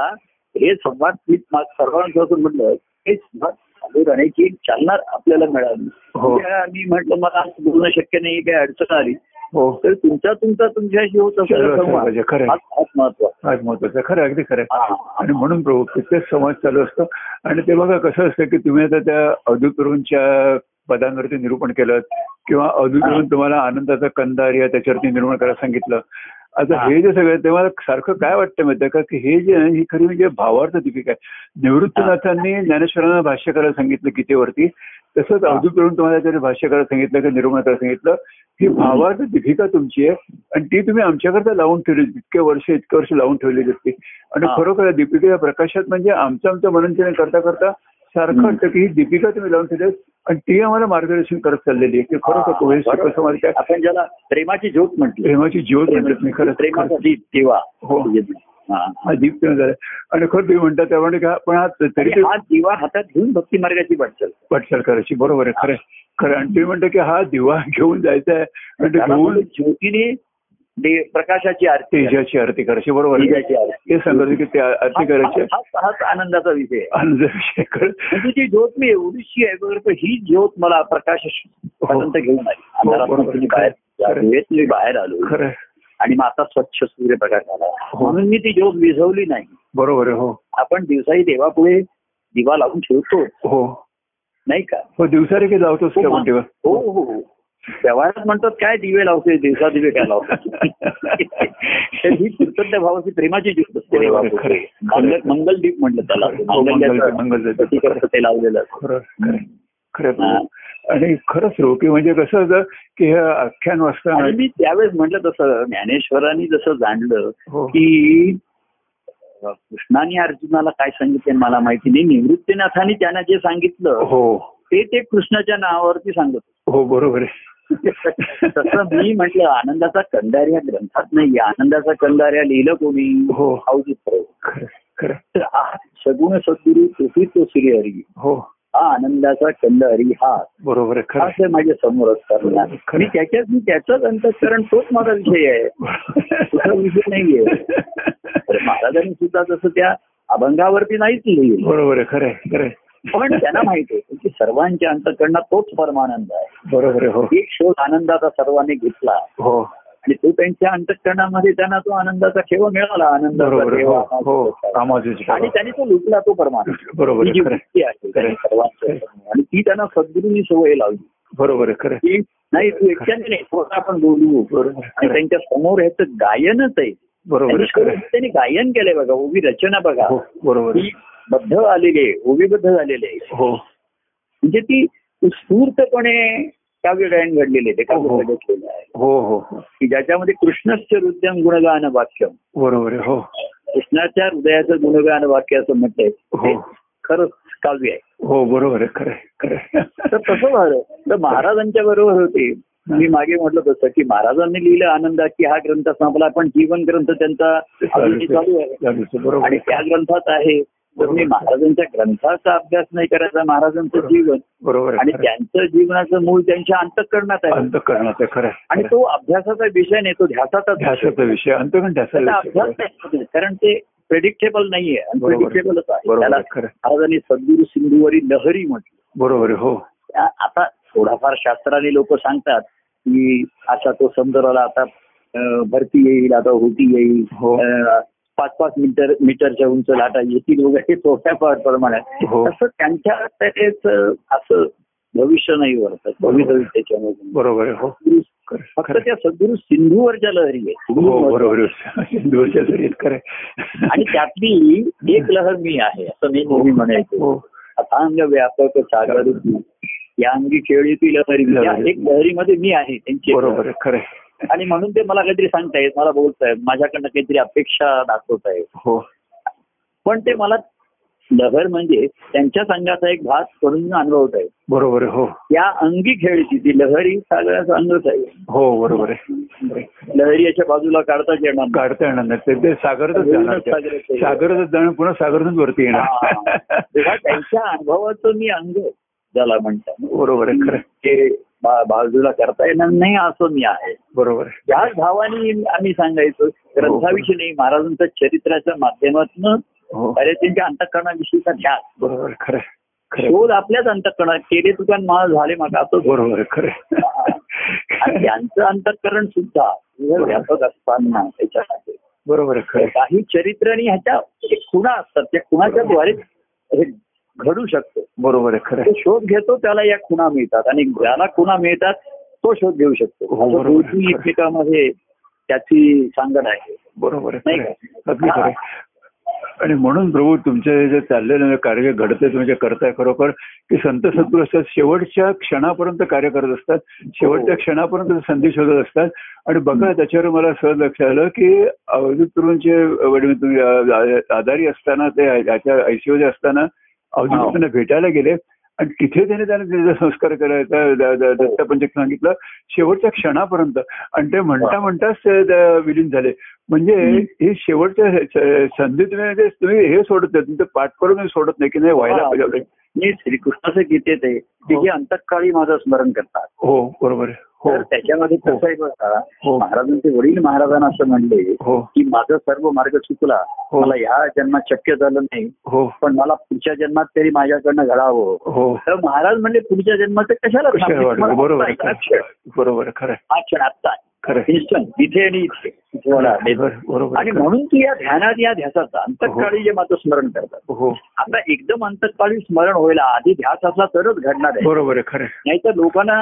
Speaker 1: हे संवाद मी मा- सर्वांचं असं म्हटलं हे संवाद चालू राहण्याची एक चालणार आपल्याला मिळाली
Speaker 2: हो.
Speaker 1: त्या मी म्हटलं मला आज बोलणं शक्य नाही काही अडचण आली
Speaker 2: हो
Speaker 1: तर तुमचा तुमचा तुमच्याशी होत असलेला
Speaker 2: सर्व-
Speaker 1: संवाद
Speaker 2: सर्वांचे, खरं आहे.
Speaker 1: हाच हाच महत्वाचा
Speaker 2: आज महत्वाचं खरं आहे, अगदी खरं आहे.
Speaker 1: हा.
Speaker 2: आणि म्हणून प्रभू प्रत्येक संवाद चालू असतो आणि ते बघा कसं असतं की तुम्ही आता त्या अवधूत प्रभूंच्या पदांवरती निरूपण केलं किंवा अवधूत
Speaker 1: हा.
Speaker 2: प्रभून तुम्हाला आनंदाचा कंदार्य त्याच्यावरती निर्माण करायला सांगितलं आता
Speaker 1: हा.
Speaker 2: हे जे सगळं तेव्हा सारखं काय वाटतं माहितीये का की हे जे आहे ही खरी म्हणजे भावार्थ दीपिका आहे निवृत्तनाथांनी ज्ञानेश्वरांना भाष्य करायला सांगितलं गीतेवरती तसंच
Speaker 1: हा.
Speaker 2: अवधूत प्रभून तुम्हाला त्याने भाष्य करायला सांगितलं की निरूपण करायला सांगितलं ही भावार्थ दीपिका तुमची आहे आणि ती तुम्ही आमच्याकरता लावून ठेवली इतके वर्ष इतके वर्ष लावून ठेवलेली असते आणि
Speaker 1: हा.
Speaker 2: खरोखर या दीपिकेच्या प्रकाशात म्हणजे आमचं आमचं मनंचन करता करता सारखं
Speaker 1: हम्म.
Speaker 2: वाटतं की ही दीपिका तुम्ही लावून ठेवली आहे आणि ती आम्हाला मार्गदर्शन करत चाललेली आहे की खरोखर कोविड
Speaker 1: बरोबर.
Speaker 2: समाज काय
Speaker 1: आपण ज्याला प्रेमाची ज्योत म्हटली
Speaker 2: प्रेमाची जीवत म्हणतात मी खरं
Speaker 1: म्हणजे प्रेमाचा दीप तेव्हा
Speaker 2: म्हणजे हो.
Speaker 1: हा
Speaker 2: हा दीप तेव्हा झाला आणि खरं तुम्ही म्हणता त्याप्रमाणे का पण हा तरी
Speaker 1: आणि हा दिवा हातात घेऊन भक्ती मार्गाची वाटचाल
Speaker 2: वाटचाल करायची बरोबर आहे खरं आहे. खरं आहे. आणि तुम्ही म्हणता की हा दिवा घेऊन जायचा आहे म्हणजे
Speaker 1: त्याला
Speaker 2: घेऊन
Speaker 1: म्हणून ज्योतीने दे- प्रकाशाची आरती आहे.
Speaker 2: तेजाची आरती करायची बरोबर आहे.
Speaker 1: तेजाची आरती.
Speaker 2: हे सांगत की ते आरती करायची आहे.
Speaker 1: हा- हाच हाच आनंदाचा विषय आहे.
Speaker 2: आणि जर विषय कर-
Speaker 1: म्हणजे ती ज्योत मी एवढीशी आहे बरोबर पण ही ज्योत मला प्रकाश पर्यंत घेऊन आली अंधारातून
Speaker 2: हो. बरोबर.
Speaker 1: तुम्ही बाहेर
Speaker 2: खरं.
Speaker 1: वेळेत मी बाहेर आलो
Speaker 2: खरं आहे.
Speaker 1: आणि मग आता स्वच्छ सूर्यप्रकाश झाला
Speaker 2: हो.
Speaker 1: म्हणून मी ती ज्योत विझवली नाही
Speaker 2: बरोबर आहे हो
Speaker 1: आपण दिवसाही देवापुढे दिवा लावून ठेवतो
Speaker 2: हो
Speaker 1: नाही का
Speaker 2: हो दिवसारेखे लावतोस का पण तेव्हा
Speaker 1: हो हो हो. व्यवहारात म्हणतात काय दिवे लावते दिवसा दिवे काय लावते तर ही कृतज्ञ भावाची प्रेमाची ज्योत असते
Speaker 2: बरोबर,
Speaker 1: देवापुढे.
Speaker 2: खरं आहे, खरं आहे.
Speaker 1: मंगल मंगलदीप म्हटलं त्याला
Speaker 2: हो, मंगल- मंगलदीप.
Speaker 1: मंगलदीप ते लावलेलं असतं.
Speaker 2: खरं खरं खरं प्रभू. आणि खरंच प्रभू की म्हणजे कसं होतं की हे आख्यान
Speaker 1: आणि
Speaker 2: वाचताना
Speaker 1: मी त्यावेळेस म्हटलं तसं ज्ञानेश्वरांनी जसं जाणलं
Speaker 2: हो
Speaker 1: की अ, कृष्णाने अर्जुनाला काय सांगितले मला माहिती नाही निवृत्तीनाथाने त्यांना जे सांगितलं
Speaker 2: हो
Speaker 1: ते ते कृष्णाच्या नावावरती सांगत होते.
Speaker 2: हो बरोबर
Speaker 1: तसं
Speaker 2: आहे
Speaker 1: मी म्हटलं आनंदाचा कंदार या ग्रंथात नाही आनंदाचा कंदार या लिहिलं कोणी
Speaker 2: हो.
Speaker 1: अवधूत प्रभू.
Speaker 2: खरं खरं
Speaker 1: तर हा सगुण सद्गुरु तुझी तो श्री हरी
Speaker 2: हो
Speaker 1: हा आनंदाचा कंद हरी हा
Speaker 2: बरोबर आहे खरं
Speaker 1: असं माझ्या समोर असताना
Speaker 2: खरं.
Speaker 1: मी त्याच्यात मी त्याचंच अंतस्करण तोच माझा विषय आहे दुसरा विषय नाहीये तर महाराजांनी सुद्धा जसं त्या अभंगावरती नाहीच लिहिलं
Speaker 2: बरोबर आहे खरं आहे, खरं आहे.
Speaker 1: पण त्यांना माहिती आहे की सर्वांच्या अंतकरणात तोच परमानंद आहे
Speaker 2: बरोबर आहे हो
Speaker 1: एक शोध आनंदाचा सर्वांनी घेतला
Speaker 2: हो
Speaker 1: आणि तो त्यांच्या अंतकरणामध्ये त्यांना तो आनंदाचा ठेवा मिळाला आनंदाचा
Speaker 2: बरोबर आहे,
Speaker 1: ठेवा
Speaker 2: हो हो कामाचे
Speaker 1: आणि त्यांनी तो लुटला तो परमानंद
Speaker 2: बरोबर
Speaker 1: ही
Speaker 2: आहे
Speaker 1: जी
Speaker 2: खरं आहे,
Speaker 1: वृत्ती आहे त्यांनी सर्वांच्या आणि ती त्यांना सद्गुरूंनी सवय लावली
Speaker 2: बरोबर आहे खरं आहे.
Speaker 1: की नाही तू एकट्याने नाही स्वतः आपण बोलू
Speaker 2: बरोबर
Speaker 1: आणि
Speaker 2: खरं आहे,
Speaker 1: त्यांच्या समोर ह्याचं गायनच आहे
Speaker 2: बरोबर आहे खरं
Speaker 1: त्यांनी
Speaker 2: आहे.
Speaker 1: त्यांनी गायन केलंय बघा उभी रचना बघा
Speaker 2: हो बरोबर
Speaker 1: ती
Speaker 2: आहे.
Speaker 1: बद्ध आलेली आहे ओबीबद्ध झालेली आहे
Speaker 2: हो
Speaker 1: म्हणजे ती उत्स्फूर्तपणे काव्य गायन घडलेले ते
Speaker 2: हो, हो.
Speaker 1: काव्य घडलेलं आहे
Speaker 2: हो हो हो.
Speaker 1: की ज्याच्यामध्ये कृष्णस्य हृदयम गुणगान वाक्य
Speaker 2: बरोबर आहे हो
Speaker 1: कृष्णाच्या हृदयाचं गुणगान वाक्य असं म्हटलंय ते
Speaker 2: हो.
Speaker 1: खरंच काव्य आहे
Speaker 2: हो बरोबर आहे खरं आहे, खरं आहे.
Speaker 1: तर तसं झालं तर महाराजांच्या बरोबर होते मी मागे म्हटलं तसं की महाराजांनी लिहिलं आनंदा की हा ग्रंथ संपला पण जीवन ग्रंथ त्यांचा अजूनही चालू आहे
Speaker 2: चालूच आहे, हो. बरोबर
Speaker 1: आणि
Speaker 2: आहे.
Speaker 1: त्या ग्रंथात आहे तर मी महाराजांच्या ग्रंथाचा अभ्यास नाही करायचा महाराजांचं जीवन
Speaker 2: बरोबर आहे,
Speaker 1: आणि
Speaker 2: हो. खरं आहे.
Speaker 1: त्यांचं जीवनाचं मूळ त्यांच्या अंतकरणात आहे
Speaker 2: अंतकरणाचं खरं आहे,
Speaker 1: आणि
Speaker 2: खरं
Speaker 1: तो अभ्यासाचा विषय नाही तो ध्यासाचा
Speaker 2: आहे. ध्यासाचा विषय अंतकरण ध्यासाचा विषय
Speaker 1: अभ्यास नाही कारण ते प्रेडिक्टेबल नाहीये
Speaker 2: बरोबर.
Speaker 1: अनप्रेडिक्टेबलच आहे
Speaker 2: बरोबर,
Speaker 1: त्याला
Speaker 2: खरं.
Speaker 1: महाराजांनी सद्गुरु सिंधुवरी लहरी म्हटली
Speaker 2: बरोबर आहे, हो
Speaker 1: त्या- आता थोडाफार शास्त्राने लोक सांगतात की असा तो समुद्राला आता अं, भरती येईल आता होती येईल
Speaker 2: हो.
Speaker 1: अं, पाच पाच मीटर मीटरच्या उंच लाटा येतील वगैरे थोड्याफार प्रमाणात
Speaker 2: हो.
Speaker 1: तसं त्यांच्या त्याच असं भविष्य नाही वरत भविष्य त्याच्यामध्ये
Speaker 2: बरोबर आहे, हो
Speaker 1: सद्गुरू-
Speaker 2: खरं,
Speaker 1: फक्त
Speaker 2: खरं.
Speaker 1: त्या सद्गुरू सिंधूवरच्या लहरी आहे
Speaker 2: हो
Speaker 1: सिंधूवर.
Speaker 2: बरोबर आहे. दूरच्या जरीत खरं आहे.
Speaker 1: आणि त्यातली एक लहर मी आहे असं मी
Speaker 2: हो,
Speaker 1: नेहमी म्हणायचो
Speaker 2: हो
Speaker 1: अथांग व्यापक सागर या अंगी खेळी ती लहरी त्या
Speaker 2: लहरी.
Speaker 1: म्हणजे एक लहरीमध्ये मी आहे त्यांची एक
Speaker 2: बरोबर आहे, खरं आहे.
Speaker 1: लहर. आणि म्हणून ते मला काहीतरी सांगतायत मला बोलतायत माझ्याकडनं काहीतरी अपेक्षा दाखवतायत
Speaker 2: हो
Speaker 1: पण ते मला लहर म्हणजे त्यांच्या संघाचा एक भाग करून अनुभवत आहे
Speaker 2: बरोबर आहे, हो
Speaker 1: या अंगी खेळची ती लहरी सागराचा अंगच आहे
Speaker 2: हो बरोबर आहे
Speaker 1: लहरी याच्या बाजूला काढताच येणार नाही.
Speaker 2: काढता येणार नाही ते- ते सागरच जाणार
Speaker 1: सागरच आहे.
Speaker 2: सागरच जाणं पुन्हा सागरच वरती
Speaker 1: हा. तेव्हा
Speaker 2: येणार
Speaker 1: त्यांच्या अनुभवाचं मी अंग ज्याला म्हणतात
Speaker 2: बरोबर आहे खरं आहे.
Speaker 1: ते बा- बाजूला करता येणार नाही असं मी आहे
Speaker 2: बरोबर आहे
Speaker 1: याच भावाने आम्ही सांगायचो ग्रंथाविषयी नाही महाराजांच्या चरित्राच्या माध्यमातून
Speaker 2: हो
Speaker 1: त्यांच्या अंतकरणाविषयीचा ध्यास
Speaker 2: बरोबर आहे खरं आहे. खरं आहे.
Speaker 1: शोध आपल्याच अंतकरणात केले तुझ्या मला झाले मग असं
Speaker 2: बरोबर आहे खरं
Speaker 1: आणि
Speaker 2: आहे.
Speaker 1: त्यांचं अंतकरण सुद्धा एवढं व्यापक असताना त्याच्यामध्ये
Speaker 2: बरोबर आहे खरं आहे.
Speaker 1: काही चरित्र आणि ह्याच्या एक खुणा असतात त्या खुणाच्या द्वारे हे घडू शकतो
Speaker 2: बरोबर आहे खरं
Speaker 1: जो
Speaker 2: आहे.
Speaker 1: शोध घेतो त्याला या खुणा मिळतात आणि ज्याला खुणा मिळतात तो शोध घेऊ शकतो
Speaker 2: हो,
Speaker 1: असं
Speaker 2: बरोबर.
Speaker 1: दोन्ही एकमेकामध्ये त्याची सांगड आहे
Speaker 2: बरोबर आहे खरं
Speaker 1: नाही
Speaker 2: आहे. अगदी खरं आहे. आणि म्हणून प्रभू तुमचे जे चाललेलं जे कार्य घडते तुम्ही जे करताय खरोखर की संत सद्गुरू असतात शेवटच्या क्षणापर्यंत कार्य करत असतात शेवटच्या क्षणापर्यंत ते संधी शोधत असतात आणि बघा त्याच्यावर मला सहज लक्षात आलं की अवधूत गुरूंचे वडील तुम्ही आ- आ- आजारी असताना ते याच्या ICU मध्ये असताना अवधूत
Speaker 1: हो.
Speaker 2: त्यांना भेटायला गेले आणि तिथे त्याने त्यांना त्याचा संस्कार करायचा द- द- दत्तपंचक सांगितलं शेवटच्या क्षणापर्यंत आणि ते म्हणता म्हणताच ते द- विलीन झाले म्हणजे
Speaker 1: हम्म.
Speaker 2: हे शेवटच्या स- स- संधीत म्हणजे तुम्ही हे सोडत नाही तुमचं पाठ करून हे सोडत नाही की नाही व्हायला
Speaker 1: हा.
Speaker 2: पाहिजे आपलं.
Speaker 1: मी श्रीकृष्णाचं गीतेत आहे की
Speaker 2: हो.
Speaker 1: जे अंतकाळी माझं स्मरण करतात
Speaker 2: हो बरोबर आहे.
Speaker 1: तर
Speaker 2: हो
Speaker 1: त्याच्यामध्ये
Speaker 2: हो.
Speaker 1: कसं आहे बघा
Speaker 2: हो.
Speaker 1: महाराजांचे वडील महाराजांना असं म्हणले
Speaker 2: हो
Speaker 1: की माझा सर्व मार्ग चुकला
Speaker 2: हो.
Speaker 1: मला ह्या जन्मात शक्य झालं नाही
Speaker 2: हो
Speaker 1: पण मला पुढच्या जन्मात तरी माझ्याकडनं घडावं
Speaker 2: हो
Speaker 1: तर महाराज म्हणले पुढच्या जन्माचं कशाला
Speaker 2: कशाला
Speaker 1: थांबले?
Speaker 2: वाटलं?
Speaker 1: तुम्हाला
Speaker 2: बरोबर
Speaker 1: आत्ता
Speaker 2: आहे.
Speaker 1: आहे, हा क्षण.
Speaker 2: बरोबर आहे. खरं आहे.
Speaker 1: हा क्षण आत्ता आहे.
Speaker 2: खरं आहे.
Speaker 1: इन्स्टंट इथे आणि इथे इथे
Speaker 2: हो
Speaker 1: होणार नाही.
Speaker 2: बरोबर बरोबर.
Speaker 1: हो आणि म्हणून ती या ध्यानात या ध्यासाचा अंतकाळी जे माझं स्मरण करतात
Speaker 2: हो
Speaker 1: आता एकदम अंतकाळी स्मरण व्हायला आधी ध्यास असला तरच घडणार आहे
Speaker 2: बरोबर आहे खरं आहे.
Speaker 1: नाहीतर लोकांना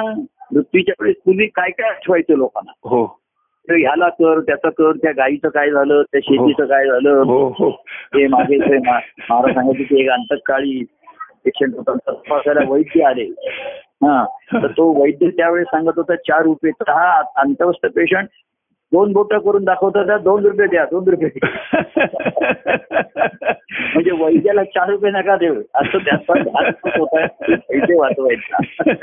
Speaker 1: मृत्यूच्या वेळेस पूर्वी काय काय आठवायचं लोकांना
Speaker 2: हो
Speaker 1: तर ह्याला कर त्याचं कर त्या गाईचं काय झालं त्या शेतीचं काय झालं
Speaker 2: हो हो
Speaker 1: ते मागे ते मा- महाराज सांगितले की एक अंतकाळी पेशंट होता तपासायला वैद्य आले हा तर तो वैद्य त्यावेळेस सांगत होता चार रुपये तर हा अंतवस्थ पेशंट दोन बोटं करून दाखवत होता दोन रुपये द्या दोन रुपये द्या. म्हणजे वैद्याला चार रुपये नका देऊ असं त्याचा ध्यास होत होता की पैसे वाचवायचा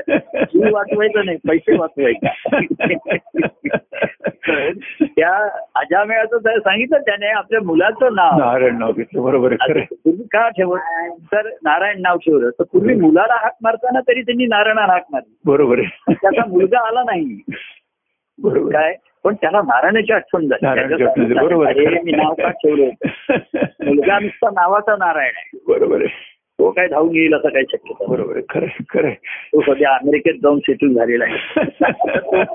Speaker 1: जीव वाचवायचा नाही पैसे वाचवायचा त्या अजामेळाचं तर सांगितलं त्याने आपल्या मुलाचं नाव
Speaker 2: नारायण नाव घेतलं बरोबर आहे खरं आहे.
Speaker 1: असं पूर्वी का ठेवत तर नारायण नाव ठेवलं तर पूर्वी मुलाला हाक मारताना तरी त्यांनी नारायणाला हाक मारली
Speaker 2: बरोबर आहे
Speaker 1: त्याचा मुलगा आला नाही
Speaker 2: बरोबर आहे.
Speaker 1: काय पण त्याला नारायणाची आठवण झाली
Speaker 2: नारायण
Speaker 1: त्याच्यासाठी
Speaker 2: घेतलं बरोबर आहे, खरं
Speaker 1: अरे,
Speaker 2: आहे.
Speaker 1: मी नाव का ठेवलं मुलगा नुसता नावाचा नारायण आहे
Speaker 2: बरोबर आहे
Speaker 1: तो काय धावून येईल असं काही शक्यता नाही.
Speaker 2: बरोबर आहे खरं आहे, खरं आहे.
Speaker 1: तो सध्या अमेरिकेत जाऊन सेटल झालेला आहे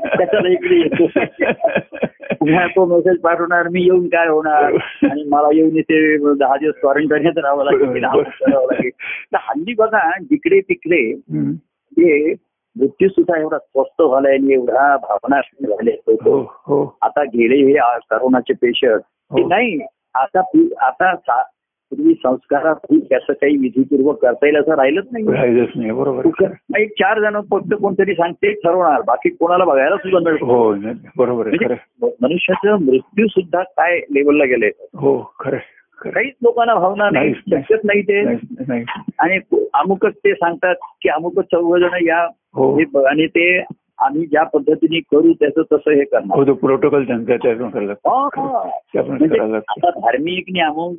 Speaker 1: त्याच्याला इकडे येतो पुन्हा तो मेसेज पाठवणार मी येऊन काय होणार आणि मला येऊन इथे दहा दिवस क्वारंटाईन राहावं लागेल की दहा दिवस करावं लागेल तर हल्ली बघा जिकडे तिकडे
Speaker 2: हम्म.
Speaker 1: हे मृत्यू सुद्धा एवढा स्वस्त झालाय आणि एवढा भावना झाले
Speaker 2: हो हो
Speaker 1: आता गेले हे आ- करोनाचे पेशंट हे
Speaker 2: हो.
Speaker 1: नाही आता पू- आता सा- पूर्वी संस्कारात ठीक असं काही विधीपूर्वक करता येईल असं राहिलंच नाही
Speaker 2: राहिलंच नाही बरोबर आहे, खरं आहे.
Speaker 1: कुठं- एक चार जण फक्त कोणतरी सांगते ठरवणार बाकी कोणाला बघायला सुद्धा मिळत नाही.
Speaker 2: हो नाही, बरोबर आहे
Speaker 1: म्हणजे
Speaker 2: खरं आहे.
Speaker 1: मनुष्याचं मृत्यू सुद्धा काय लेवलला गेले
Speaker 2: हो खरं आहे, खरं आहे.
Speaker 1: काहीच लोकांना भावना नाही
Speaker 2: नाहीच, नाही.
Speaker 1: शक्यच नाही ते
Speaker 2: नाही, नाही
Speaker 1: आणि अमुकच ते सांगतात की अमुकच चौघ जण या
Speaker 2: हो
Speaker 1: हे ब- आणि ते आम्ही ज्या पद्धतीने करू त्याचं तसं हे करणार
Speaker 2: हो तो प्रोटोकॉल त्यांचा त्यातून करायला लागतो.
Speaker 1: हा, हा.
Speaker 2: हो. त्याप्रमाणे
Speaker 1: म्हणजे
Speaker 2: करायला लागतं.
Speaker 1: आता धार्मिक आणि अमुक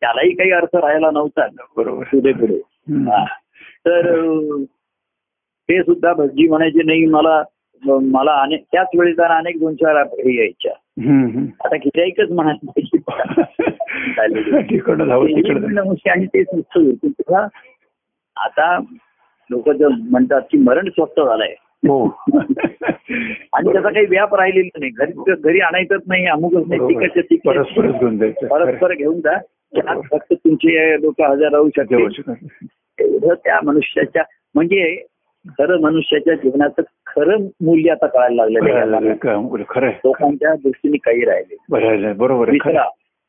Speaker 1: त्यालाही काही अर्थ राहायला नव्हता
Speaker 2: बरोबर आहे.
Speaker 1: पुढे पुढे
Speaker 2: हम्म.
Speaker 1: हा. तर अं, ते सुद्धा भटजी म्हणायचे नाही मला म- मला अनेक त्याच वेळी जरा अनेक दोन चार आप- हे यायच्या
Speaker 2: हम्म, हम्म.
Speaker 1: आता गिराईकच म्हणत नाही चालेल.
Speaker 2: तिकडनं धावत तिकडनं
Speaker 1: नमस्ते आणि ते सुस्त होते. तेव्हा आता लोक जर म्हणतात की मरण स्वस्त झालंय
Speaker 2: हो
Speaker 1: आणि त्याचा काही व्याप राहिलेला नाही घरी घरी आणायचंच नाही अमुकच नाही
Speaker 2: बरोबर.
Speaker 1: तिकडच्या तिकडे.
Speaker 2: परस्परच घेऊन जायचं
Speaker 1: परस्पर घेऊन जा आज फक्त तुमचे लोक हजर राहू शकते
Speaker 2: देऊ शकत नाही.
Speaker 1: एवढं त्या मनुष्याच्या म्हणजे खरं मनुष्याच्या जीवनाचं खरं मूल्य आता कळायला लागलेलं आहे
Speaker 2: बरं,
Speaker 1: याला.
Speaker 2: का- खरं आहे
Speaker 1: लोकांच्या दृष्टीने काही राहिले
Speaker 2: बरं आहे, बरोबर आहे खरं
Speaker 1: विसरा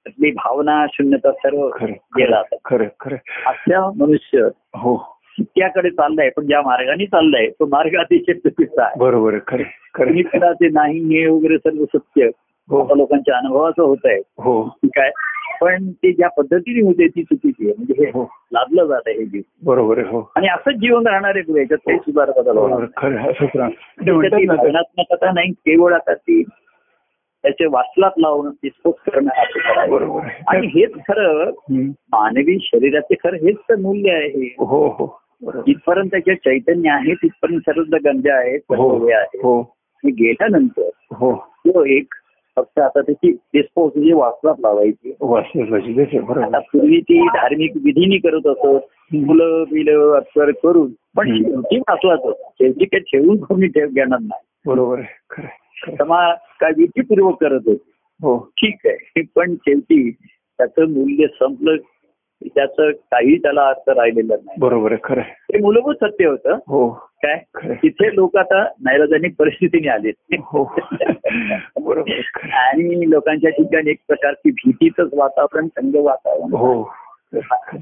Speaker 1: आपली भावना शून्यता सर्व
Speaker 2: खरं
Speaker 1: गेला
Speaker 2: खरं
Speaker 1: आता
Speaker 2: खरं खरं
Speaker 1: आजच्या मनुष्य
Speaker 2: हो
Speaker 1: त्याकडे चाललाय पण ज्या मार्गाने चाललाय तो मार्ग अतिशय चुकीचा आहे
Speaker 2: बरोबर आहे खरं खरं
Speaker 1: कुणीकडे ते नाही हे वगैरे सर्व सत्य
Speaker 2: हो
Speaker 1: आता लोकांच्या अनुभवाचं होत आहे
Speaker 2: हो
Speaker 1: ठीक आहे पण ते ज्या पद्धतीने होते ती चुकीची आहे म्हणजे हे
Speaker 2: हो.
Speaker 1: लादलं जात आहे हे जीव
Speaker 2: बरोबर आहे हो
Speaker 1: आणि असंच जीवन राहणार आहे पुढे याच्यात काही सुधारता झाला
Speaker 2: बरोबर खरं आहे, असंच राहणार. ते म्हणतात ना ते-
Speaker 1: भावनात्मकता नाही केवळ आता ती त्याचे वाचलात लावून डिस्पोज करणं असं करावं.
Speaker 2: बरोबर आहे.
Speaker 1: आणि हेच खरं
Speaker 2: हम्म.
Speaker 1: मानवी शरीराचे खरं हेच तर मूल्य आहे हे
Speaker 2: हो हो बरोबर.
Speaker 1: जिथपर्यंत त्याचे चैतन्य आहे तिथपर्यंत सर्व गंजा आहेत
Speaker 2: हो
Speaker 1: सर्व हे आहे
Speaker 2: हो
Speaker 1: आणि गेल्यानंतर
Speaker 2: हो
Speaker 1: तो एक फक्त आता त्याची डिस्पोज म्हणजे वाचलात लावायची
Speaker 2: वाचलं पाहिजे तेच आहे, बरोबर
Speaker 1: आता पूर्वी ती धार्मिक विधीनी करत असत मुलं बिलं अक्षर करून पण
Speaker 2: हम्म.
Speaker 1: शेवटी वाचवाच शेवटी काही ठेवून कोणी ठेव घेणार नाही
Speaker 2: बरोबर आहे खरं आहे, खरं आहे.
Speaker 1: समाज काय विधीपूर्वक करत होते
Speaker 2: हो
Speaker 1: ठीक आहे पण शेवटी त्याचं मूल्य संपलं की त्याचं काही त्याला अर्थ राहिलेला नाही
Speaker 2: बरोबर आहे खरं आहे.
Speaker 1: हे मूलभूत सत्य होतं
Speaker 2: हो
Speaker 1: काय
Speaker 2: खरं.
Speaker 1: तिथे लोक आता नैराजनिक परिस्थितीने आलेत
Speaker 2: हो बरोबर आहे, खरं आहे.
Speaker 1: आणि लोकांच्या ठिकाणी एक प्रकारची भीतीचंच वातावरण थंड वातावरण
Speaker 2: हो खरं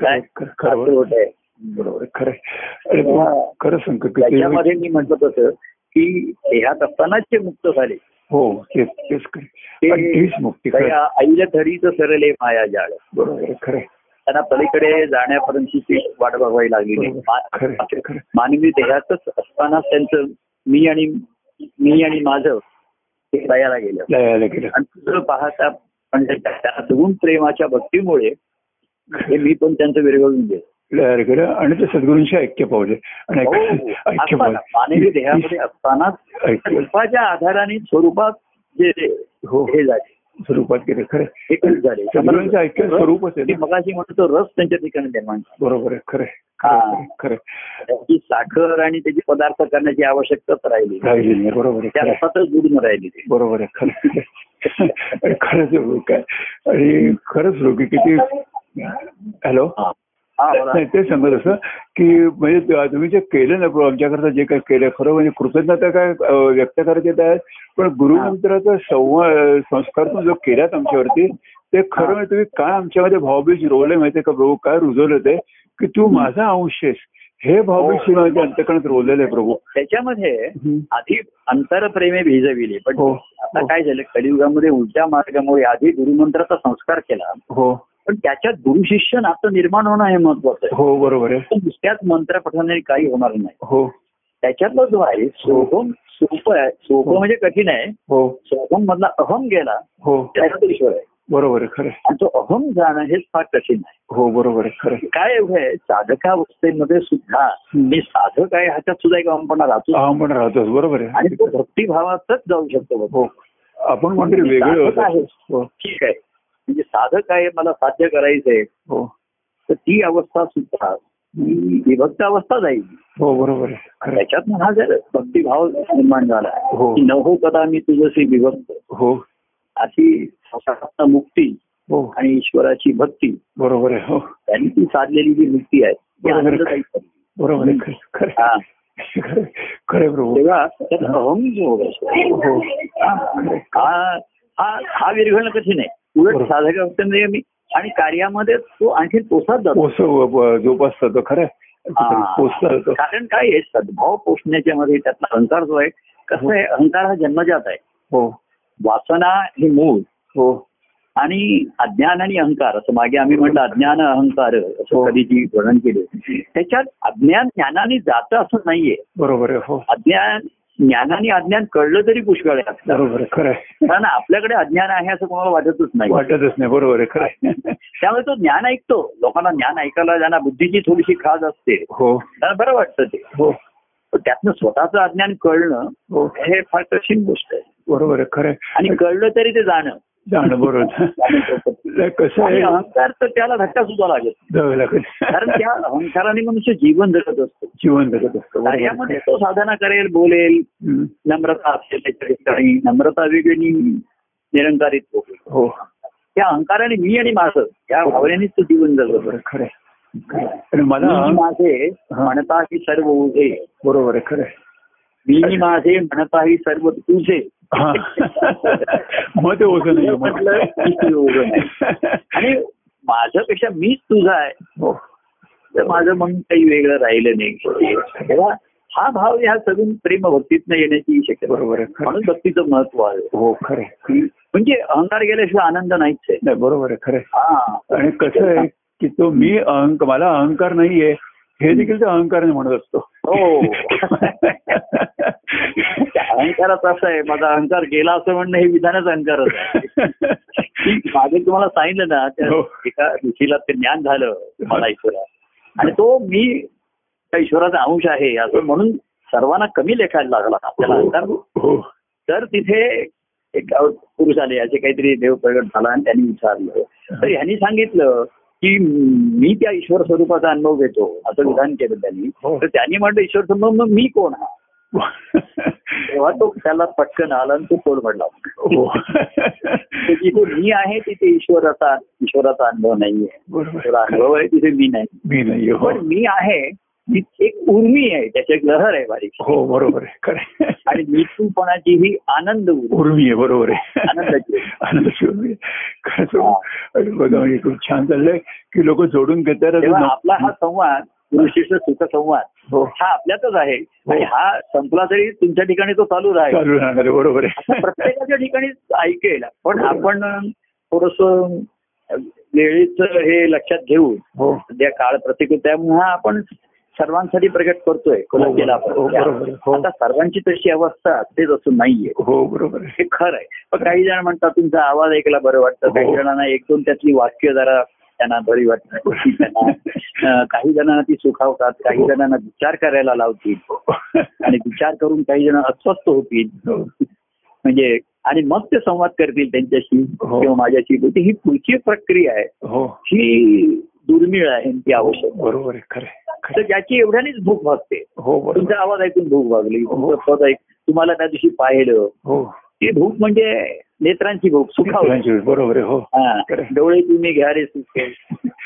Speaker 1: काय
Speaker 2: खरं- खरं- खरं
Speaker 1: असं होत आहे
Speaker 2: बरोबर आहे, खरं आहे. आणि तुम्हाला खरं सांगतो की ते- म्हणजे-
Speaker 1: त्याच्यामध्ये मी म्हटलं होतं की देहात असतानाच जे मुक्त झाले
Speaker 2: हो तेच तेच खरं आणि
Speaker 1: ते
Speaker 2: तीच मुक्ती खरं आहे.
Speaker 1: त्या आईला धरीचं सरले माया जाळ
Speaker 2: बरोबर आहे, खरं आहे.
Speaker 1: त्यांना पलीकडे जाण्यापर्यंतची वाट बघावी लागली नाही
Speaker 2: बरोबर आहे, खरं आहे,
Speaker 1: मा-
Speaker 2: खरं आहे.
Speaker 1: मानवी देहातच असताना त्यांचं मी आणि मी आणि माझं हे लयाला गेलं
Speaker 2: लयाला गेलं
Speaker 1: आणि दुसरं पाहता म्हणजे त्या दोन प्रेमाच्या भक्तीमुळे हे मी पण त्यांचं विरघळून गेलो
Speaker 2: लयाला गेलं आणि ते सद्गुरूंशी ऐक्य पावले आणि
Speaker 1: हो,
Speaker 2: ऐक्य- ऐक्य
Speaker 1: असताना, मानवी
Speaker 2: पावले
Speaker 1: देहामध्ये असताना
Speaker 2: ऐक्य
Speaker 1: स्वरूपाच्या आधाराने स्वरूपात जे
Speaker 2: हो
Speaker 1: हे झाले
Speaker 2: स्वरूपात केले खरं आहे.
Speaker 1: हे कळत झाले
Speaker 2: सगळ्यांचं ऐक्य स्वरूपच आहे ना.
Speaker 1: मी मगाशी म्हणतो रस त्यांच्या ठिकाणी निर्माण झाला.
Speaker 2: बरोबर आहे खरं आहे,
Speaker 1: हा.
Speaker 2: खरं आहे, खरं आहे.
Speaker 1: त्याची साखर आणि त्याचे पदार्थ करण्याची आवश्यकताच राहिली
Speaker 2: राहिली नाही, बरोबर आहे
Speaker 1: त्या
Speaker 2: खरं आहे.
Speaker 1: रसातच बुडून राहिली ते
Speaker 2: बरोबर आहे खरं आहे. आणि खरंच आहे भाऊ, काय आणि खरंच लोक किती हॅलो
Speaker 1: हा हा, हो बोला.
Speaker 2: नाही ते सांगत असं की म्हणजे त- तुम्ही जे केलं ना प्रभू आमच्याकरता जे काही केलं खरं म्हणजे कृतज्ञता काय अ, व्यक्त करायची येत आहे पण गुरुनंतराचा संवाद संस्कार तुम्ही जो केलात आमच्यावरती ते खरं म्हणजे तुम्ही काय आमच्यामध्ये भावबीज रोवले माहितीये का प्रभू काय रुजवलं ते की तू माझा अंश आहेस हे
Speaker 1: हो.
Speaker 2: भावबीज माझ्या अंतकणात रोवलेलं आहे प्रभू
Speaker 1: त्याच्यामध्ये
Speaker 2: हं.
Speaker 1: आधी अंतरप्रेमे भिजविले पण
Speaker 2: हो.
Speaker 1: आता
Speaker 2: हो.
Speaker 1: काय झालं कलियुगामध्ये उलट्या मार्गामुळे आधी गुरुमंत्राचा संस्कार केला
Speaker 2: हो
Speaker 1: पण त्याच्यात गुरुशिष्य नातं निर्माण होणं हे महत्वाचं आहे
Speaker 2: हो बरोबर आहे
Speaker 1: पण नुसत्याच मंत्र पठणाने काही होणार नाही
Speaker 2: हो
Speaker 1: त्याच्यातला जो आहे सोहम सोप आहे सोप म्हणजे कठीण आहे
Speaker 2: हो
Speaker 1: सोहम मधला अहम गेला
Speaker 2: हो
Speaker 1: त्याचा तो ईश्वर आहे
Speaker 2: बरोबर आहे खरं आहे.
Speaker 1: आणि तो अहम जाणं हेच फार कठीण आहे
Speaker 2: हो बरोबर आहे खरं आहे.
Speaker 1: काय एवढं आहे साधकावस्थेमध्ये सुद्धा मी साधक आहे ह्याच्यात सुद्धा एक अहमपणा राहतो
Speaker 2: हा पण राहतोच बरोबर आहे
Speaker 1: आणि तो भक्तिभावातच जाऊ शकतो बघ.
Speaker 2: हो आपण म्हणजे वेगळे
Speaker 1: साधक आहे.
Speaker 2: होतो हो
Speaker 1: ठीक आहे म्हणजे साधक आहे मला साध्य करायचंय
Speaker 2: हो
Speaker 1: तर ती अवस्था सुद्धा ही विभक्त अवस्था जाईल
Speaker 2: हो बरोबर आहे खरं आहे.
Speaker 1: त्याच्यात हा जर भक्तिभाव निर्माण झाला
Speaker 2: हो.
Speaker 1: की न हो कदा मी तुझशी विभक्त
Speaker 2: हो
Speaker 1: अशी संसारातनं मुक्ती
Speaker 2: हो
Speaker 1: आणि ईश्वराची भक्ती
Speaker 2: बरोबर आहे हो
Speaker 1: त्यांनी ती साधलेली जी मुक्ती आहे ती
Speaker 2: बरोबर.
Speaker 1: आनंददायी आहे.
Speaker 2: बरोबर आहे खरं- खरं आहे.
Speaker 1: हा.
Speaker 2: खरं आहे. खरं आहे प्रभू
Speaker 1: तेव्हा त्यात अहम जो
Speaker 2: हो
Speaker 1: होता, हा हा- हा- हा विरघळणं कठीण आहे उलट
Speaker 2: बरोबर.
Speaker 1: साधक असताना मी आणि कार्यामध्ये तो आणखी पोसात जातो
Speaker 2: पोस जोपासतात तो खरं आहे. पोसला
Speaker 1: हा.
Speaker 2: जातो
Speaker 1: कारण काय आहे सद्भाव पोचण्याच्या मध्ये त्यातला अहंकार जो आहे कसं आहे अहंकार हा जन्मजात आहे
Speaker 2: हो
Speaker 1: वासना हे मूळ
Speaker 2: हो
Speaker 1: आणि अज्ञान आणि अहंकार असं मागे आम्ही म्हटलं अज्ञान अहंकार
Speaker 2: हो.
Speaker 1: असं कधीची वर्णन केले त्याच्यात अज्ञान ज्ञानाने जातं असं नाहीये
Speaker 2: बरोबर आहे हो
Speaker 1: अज्ञान ज्ञानाने अज्ञान कळलं तरी पुष्कळ आहे आपल्याला.
Speaker 2: बरोबर आहे खरं आहे.
Speaker 1: कारण आपल्याकडे अज्ञान आहे असं कोणाला वाटतच नाही
Speaker 2: वाटतच नाही बरोबर आहे खरं आहे.
Speaker 1: त्यामुळे तो ज्ञान ऐकतो लोकांना ज्ञान ऐकायला ज्यांना बुद्धीची थोडीशी खाज असते
Speaker 2: हो
Speaker 1: त्यांना बरं वाटतं ते
Speaker 2: हो
Speaker 1: पण त्यातनं स्वतःचं अज्ञान कळणं
Speaker 2: हो
Speaker 1: हे फार कठीण गोष्ट आहे
Speaker 2: बरोबर आहे खरं आहे.
Speaker 1: आणि कळलं तरी ते जाणं
Speaker 2: जाणं बरोबर नाही, कसं
Speaker 1: आणि
Speaker 2: आहे
Speaker 1: अहंकार तर त्याला धक्का सुद्धा लागत
Speaker 2: जावं लागेल
Speaker 1: कारण त्या अहंकाराने मनुष्य जीवन जगत असतो
Speaker 2: जीवन जगत असतं बरोबर आहे.
Speaker 1: कार्यामध्ये तो साधना करेल बोलेल
Speaker 2: हम्म.
Speaker 1: नम्रता असेल त्याच्या ठिकाणी नम्रता वेगळी निरंकारित होईल
Speaker 2: हो
Speaker 1: त्या अहंकाराने मी आणि माझं या भावनेनेच तो जीवन जगत
Speaker 2: बरोबर
Speaker 1: असतो
Speaker 2: आहे, खरं आहे. खरं आहे. आणि मला
Speaker 1: मी माझे म्हणता ही सर्व ओझे
Speaker 2: बरोबर आहे खरं आहे.
Speaker 1: मी माझे म्हणता ही सर्व तुझे
Speaker 2: हा. मग ते ओझं नाही आहे
Speaker 1: म्हटलं की ते ओझं
Speaker 2: मग.
Speaker 1: आणि माझ्यापेक्षा मीच तुझा आहे
Speaker 2: हो
Speaker 1: तर माझं म्हणून काही वेगळं राहिलं नाही तेव्हा हा भाव ह्या सगळून प्रेम भक्तीतनं येण्याची शक्यता आहे.
Speaker 2: बरोबर आहे खरं आहे.
Speaker 1: म्हणून भक्तीचं महत्व आहे
Speaker 2: हो खरं आहे.
Speaker 1: म्हणजे अहंकार गेल्याशिवाय आनंद नाहीच आहे
Speaker 2: नाही बरोबर आहे खरं आहे.
Speaker 1: हा
Speaker 2: आणि कसं आहे की तो मी अहंक मला अहंकार नाहीये हे देखील तो अहंकार नाही म्हणत असतो
Speaker 1: हो अहंकारच असं आहे माझा अहंकार गेला असं म्हणणं हे विधानच अहंकारच आहे की मागे तुम्हाला सांगितलं ना त्या
Speaker 2: हो.
Speaker 1: एका ऋषीला ते ज्ञान झालं मला ईश्वरा आणि तो मी त्या ईश्वराचा अंश आहे असं म्हणून सर्वांना कमी लेखायला लागला आपल्याला अहंकार
Speaker 2: हो
Speaker 1: तर तिथे एक पुरुष आले याचे काहीतरी देव प्रगट झाला आणि त्यांनी विचारलं तर ह्यांनी सांगितलं की मी त्या ईश्वर स्वरूपाचा अनुभव घेतो असं विधान केलं त्यांनी
Speaker 2: हो.
Speaker 1: तर त्यांनी म्हटलं ईश्वर स्वरूप मग मी कोण हा तेव्हा तो त्याला पटकन आला आणि तो कोण म्हणला
Speaker 2: हो
Speaker 1: तर जिथे मी आहे तिथे ईश्वराचा ईश्वराचा अनुभव नाहीये
Speaker 2: बरोबर
Speaker 1: ईश्वरा अनुभव आहे तिथे मी नाही
Speaker 2: मी नाही हो
Speaker 1: पण मी आहे ती एक उर्मी आहे त्याची एक लहर आहे बारीक
Speaker 2: हो बरोबर आहे खरं आहे.
Speaker 1: आणि मृत्यूपणाची ही आनंद उर्मी
Speaker 2: उर्मी आहे बरोबर आहे
Speaker 1: आनंदाची.
Speaker 2: आनंदाची उर्मी आहे. खरंच आणि बघा म्हणजे खूप छान चाललंय की लोक जोडून घेतात आणि
Speaker 1: तेव्हा
Speaker 2: न-
Speaker 1: आपला हा संवाद गुरुशिष्ट सुख संवाद
Speaker 2: हो
Speaker 1: हा आपल्यातच आहे आणि हा संपला तरी तुमच्या ठिकाणी तो चालू राहील
Speaker 2: चालू राहणार आहे, बरोबर
Speaker 1: असं
Speaker 2: आहे
Speaker 1: प्रत्येकाच्या ठिकाणी ऐकेल पण आपण थोडस वेळीच हे लक्षात घेऊन
Speaker 2: हो
Speaker 1: सध्या काळ प्रतिकूल त्यामुळे हा आपण सर्वांसाठी प्रकट करतोय कोणा केला
Speaker 2: हो, बरोबर.
Speaker 1: आपण
Speaker 2: हो.
Speaker 1: आता सर्वांची तशी अवस्था तेच असं नाहीये
Speaker 2: हो बरोबर आहे
Speaker 1: हे खरं आहे पण काही जण म्हणतात तुमचा आवाज ऐकायला बरं वाटतं
Speaker 2: हो.
Speaker 1: काही जणांना एक दोन त्यातली वाक्य जरा त्यांना बरी वाटतात
Speaker 2: हो.
Speaker 1: त्यांना, अं, काही जणांना ती सुखावतात काही जणांना विचार करायला लावतील आणि विचार करून काही जण अस्वस्थ होतील
Speaker 2: हो.
Speaker 1: म्हणजे आणि मग ते संवाद करतील त्यांच्याशी
Speaker 2: हो.
Speaker 1: किंवा माझ्याशी तर ही पुढची प्रक्रिया आहे
Speaker 2: हो
Speaker 1: ही दुर्मिळ आहे आणि ती आवश्यक आहे.
Speaker 2: बरोबर आहे खरे
Speaker 1: तर ज्याची एवढ्यानेच भूक भागते
Speaker 2: हो बरोबर
Speaker 1: तुमचा आवाज ऐकून भूक भागली
Speaker 2: हो.
Speaker 1: तुमचं पद ऐक तुम्हाला त्या दिवशी पाहिलं
Speaker 2: हो
Speaker 1: ती भूक म्हणजे नेत्रांची भूक सुखावली
Speaker 2: फुलांची वेल, बरोबर आहे हो
Speaker 1: हा
Speaker 2: खरं.
Speaker 1: डोळे तुम्ही घ्या रे सुख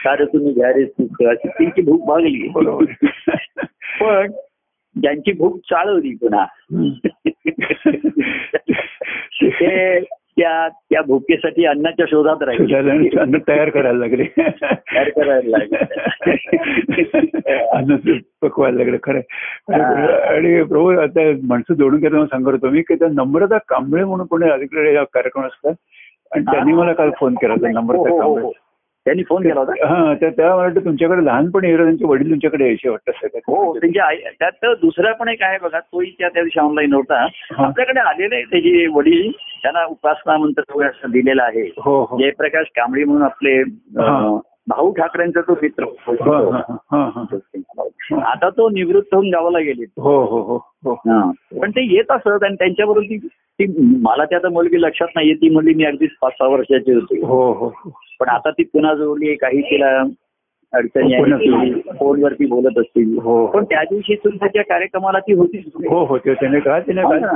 Speaker 1: सारं तुम्ही घ्या रे सुख अशी त्यांची भूक भागली
Speaker 2: बरोबर आहे.
Speaker 1: पण ज्यांची भूक चालवली पुन्हा ते त्या त्या भुकेसाठी अन्नाच्या शोधात राहील
Speaker 2: सुजाला आणि अन्न तयार करायला लागले
Speaker 1: करायला लागले.
Speaker 2: अन्न ते पकवायला लागले खरं आणि प्रभू आता माणसं जोडून घेताना सांगत होतो मी की त्या नम्रता कांबळे म्हणून कोणी अलीकडे हा कार्यक्रम असतात आणि त्यांनी मला काल फोन केला होता
Speaker 1: हो,
Speaker 2: नम्रता कांबळे
Speaker 1: त्यांनी फोन केला होता
Speaker 2: हा त्या त्या मला वाटतं तुमच्याकडे लहानपणी यायला त्यांचे वडील तुमच्याकडे यायचे वाटतं सगळ्यात
Speaker 1: हो त्यांच्या आई- त्यात दुसरा पण एक आहे बघा तोही त्या त्या दिवशी ऑनलाईन होता
Speaker 2: हा.
Speaker 1: आपल्याकडे आलेले त्याचे वडील त्यांना उपासना मंत्र वगैरे असं दिलेला आहे
Speaker 2: हो हो
Speaker 1: जयप्रकाश कांबळी म्हणून आपले अं, भाऊ ठाकरेंचा तो मित्र हो.
Speaker 2: हा, हा, हा, हा.
Speaker 1: आता तो निवृत्त होऊन गावाला गेले
Speaker 2: हो हो हो हो
Speaker 1: पण ते येत असत आणि त्यांच्याबरोबर ती ती मला त्या आता मुलगी लक्षात नाहीये ती मुली मी अगदीच पाच सहा वर्षाची होती
Speaker 2: हो हो हो.
Speaker 1: पण आता ती पुन्हा जोडली काही तिला अडचणी
Speaker 2: पुन्हा
Speaker 1: आहेत
Speaker 2: जोडली.
Speaker 1: फोनवरती बोलत असतील
Speaker 2: हो.
Speaker 1: पण त्या दिवशी सुद्धा त्या कार्यक्रमाला ती होती
Speaker 2: हो हो ते त्याने का त्याने
Speaker 1: हो
Speaker 2: का
Speaker 1: ना.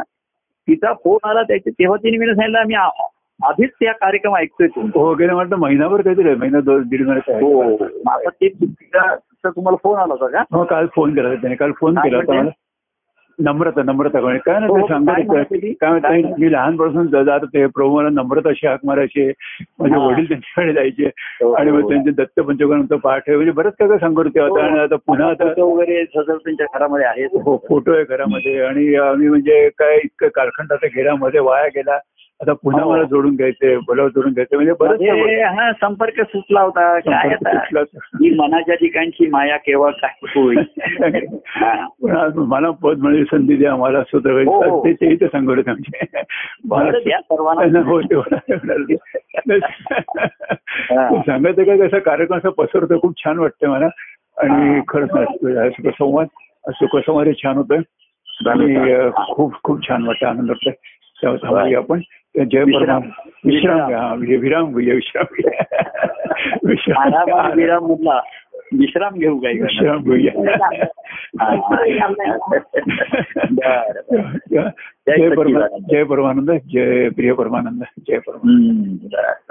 Speaker 1: तिचा फोन आला त्याच्या तेव्हा तिने मी सांगितलं आम्ही आ- आधीच त्या कार्यक्रम ऐकतोय तुमचा
Speaker 2: हो गेलं वाटतं महिनाभर काहीतरी आहे. महिना दोन दीड महिन्याचा
Speaker 1: हो
Speaker 2: आहे.
Speaker 1: मग आता ते तिचा तिचा तुम्हाला फोन आला होता का
Speaker 2: हो काल फोन केला होता त्याने काल फोन
Speaker 1: काय
Speaker 2: केला होता
Speaker 1: म्हणते?
Speaker 2: मला नम्रता नम्रता कोणी काय
Speaker 1: हो,
Speaker 2: नाही
Speaker 1: हो, काय
Speaker 2: सांगत
Speaker 1: म्हणते ती?
Speaker 2: काय म्हणते
Speaker 1: काय?
Speaker 2: मी लहानपासून ज- जात होते प्रभू मला नम्रताशी हाक मारायचे माझे
Speaker 1: हा.
Speaker 2: वडील त्यांच्याकडे जायचे
Speaker 1: हो,
Speaker 2: आणि
Speaker 1: हो.
Speaker 2: मग त्यांचे दत्त पंचगणचा पाठ आहे म्हणजे बरंच काय काय सांगत होते आता आणि आता पुन्हा आता
Speaker 1: फोटो वगैरे सजल त्यांच्या घरामध्ये आहे
Speaker 2: हो फोटो आहे घरामध्ये आणि आम्ही म्हणजे काय इतकं कारखंडाचा घेरामध्ये वाया गेला आता पुन्हा
Speaker 1: हो.
Speaker 2: मला जोडून घ्यायचे बोलावर जोडून घ्यायचे म्हणजे बरंच काय
Speaker 1: म्हणजे हा संपर्क सुटला होता काय
Speaker 2: संपर्क
Speaker 1: आता
Speaker 2: तुटला होता.
Speaker 1: ही मनाच्या ठिकाणची माया केव्हा काय होईल हा.
Speaker 2: पण आज मला पद मिळेल संधी द्या मला स्वतः वेळ
Speaker 1: हो, हो.
Speaker 2: ते तेही तर सांगत होते म्हणजे
Speaker 1: बरं द्या सर्वांना
Speaker 2: हो ते होणार. तू सांगत आहे का कसा कार्यक्रम असा पसरतो खूप छान वाटतं मला आणि खरंच ना, तुझा सुखसंवाद सुखसंवाद हे छान होतं आणि अं, खूप खूप छान वाटतं आनंद वाटतं तेव्हा थांबूया आपण जय परमान विश्राम घ्या हा, विराम घेऊया विश्राम
Speaker 1: आराम
Speaker 2: घ्या
Speaker 1: आणि
Speaker 2: विश्राम
Speaker 1: विराम मधला विश्राम घेऊ काही
Speaker 2: विश्राम घेऊया
Speaker 1: बरं बरं.
Speaker 2: जय परमा- जय परमानंद जय प्रिय परमानंद जय परमानंद
Speaker 1: हम्म, बरं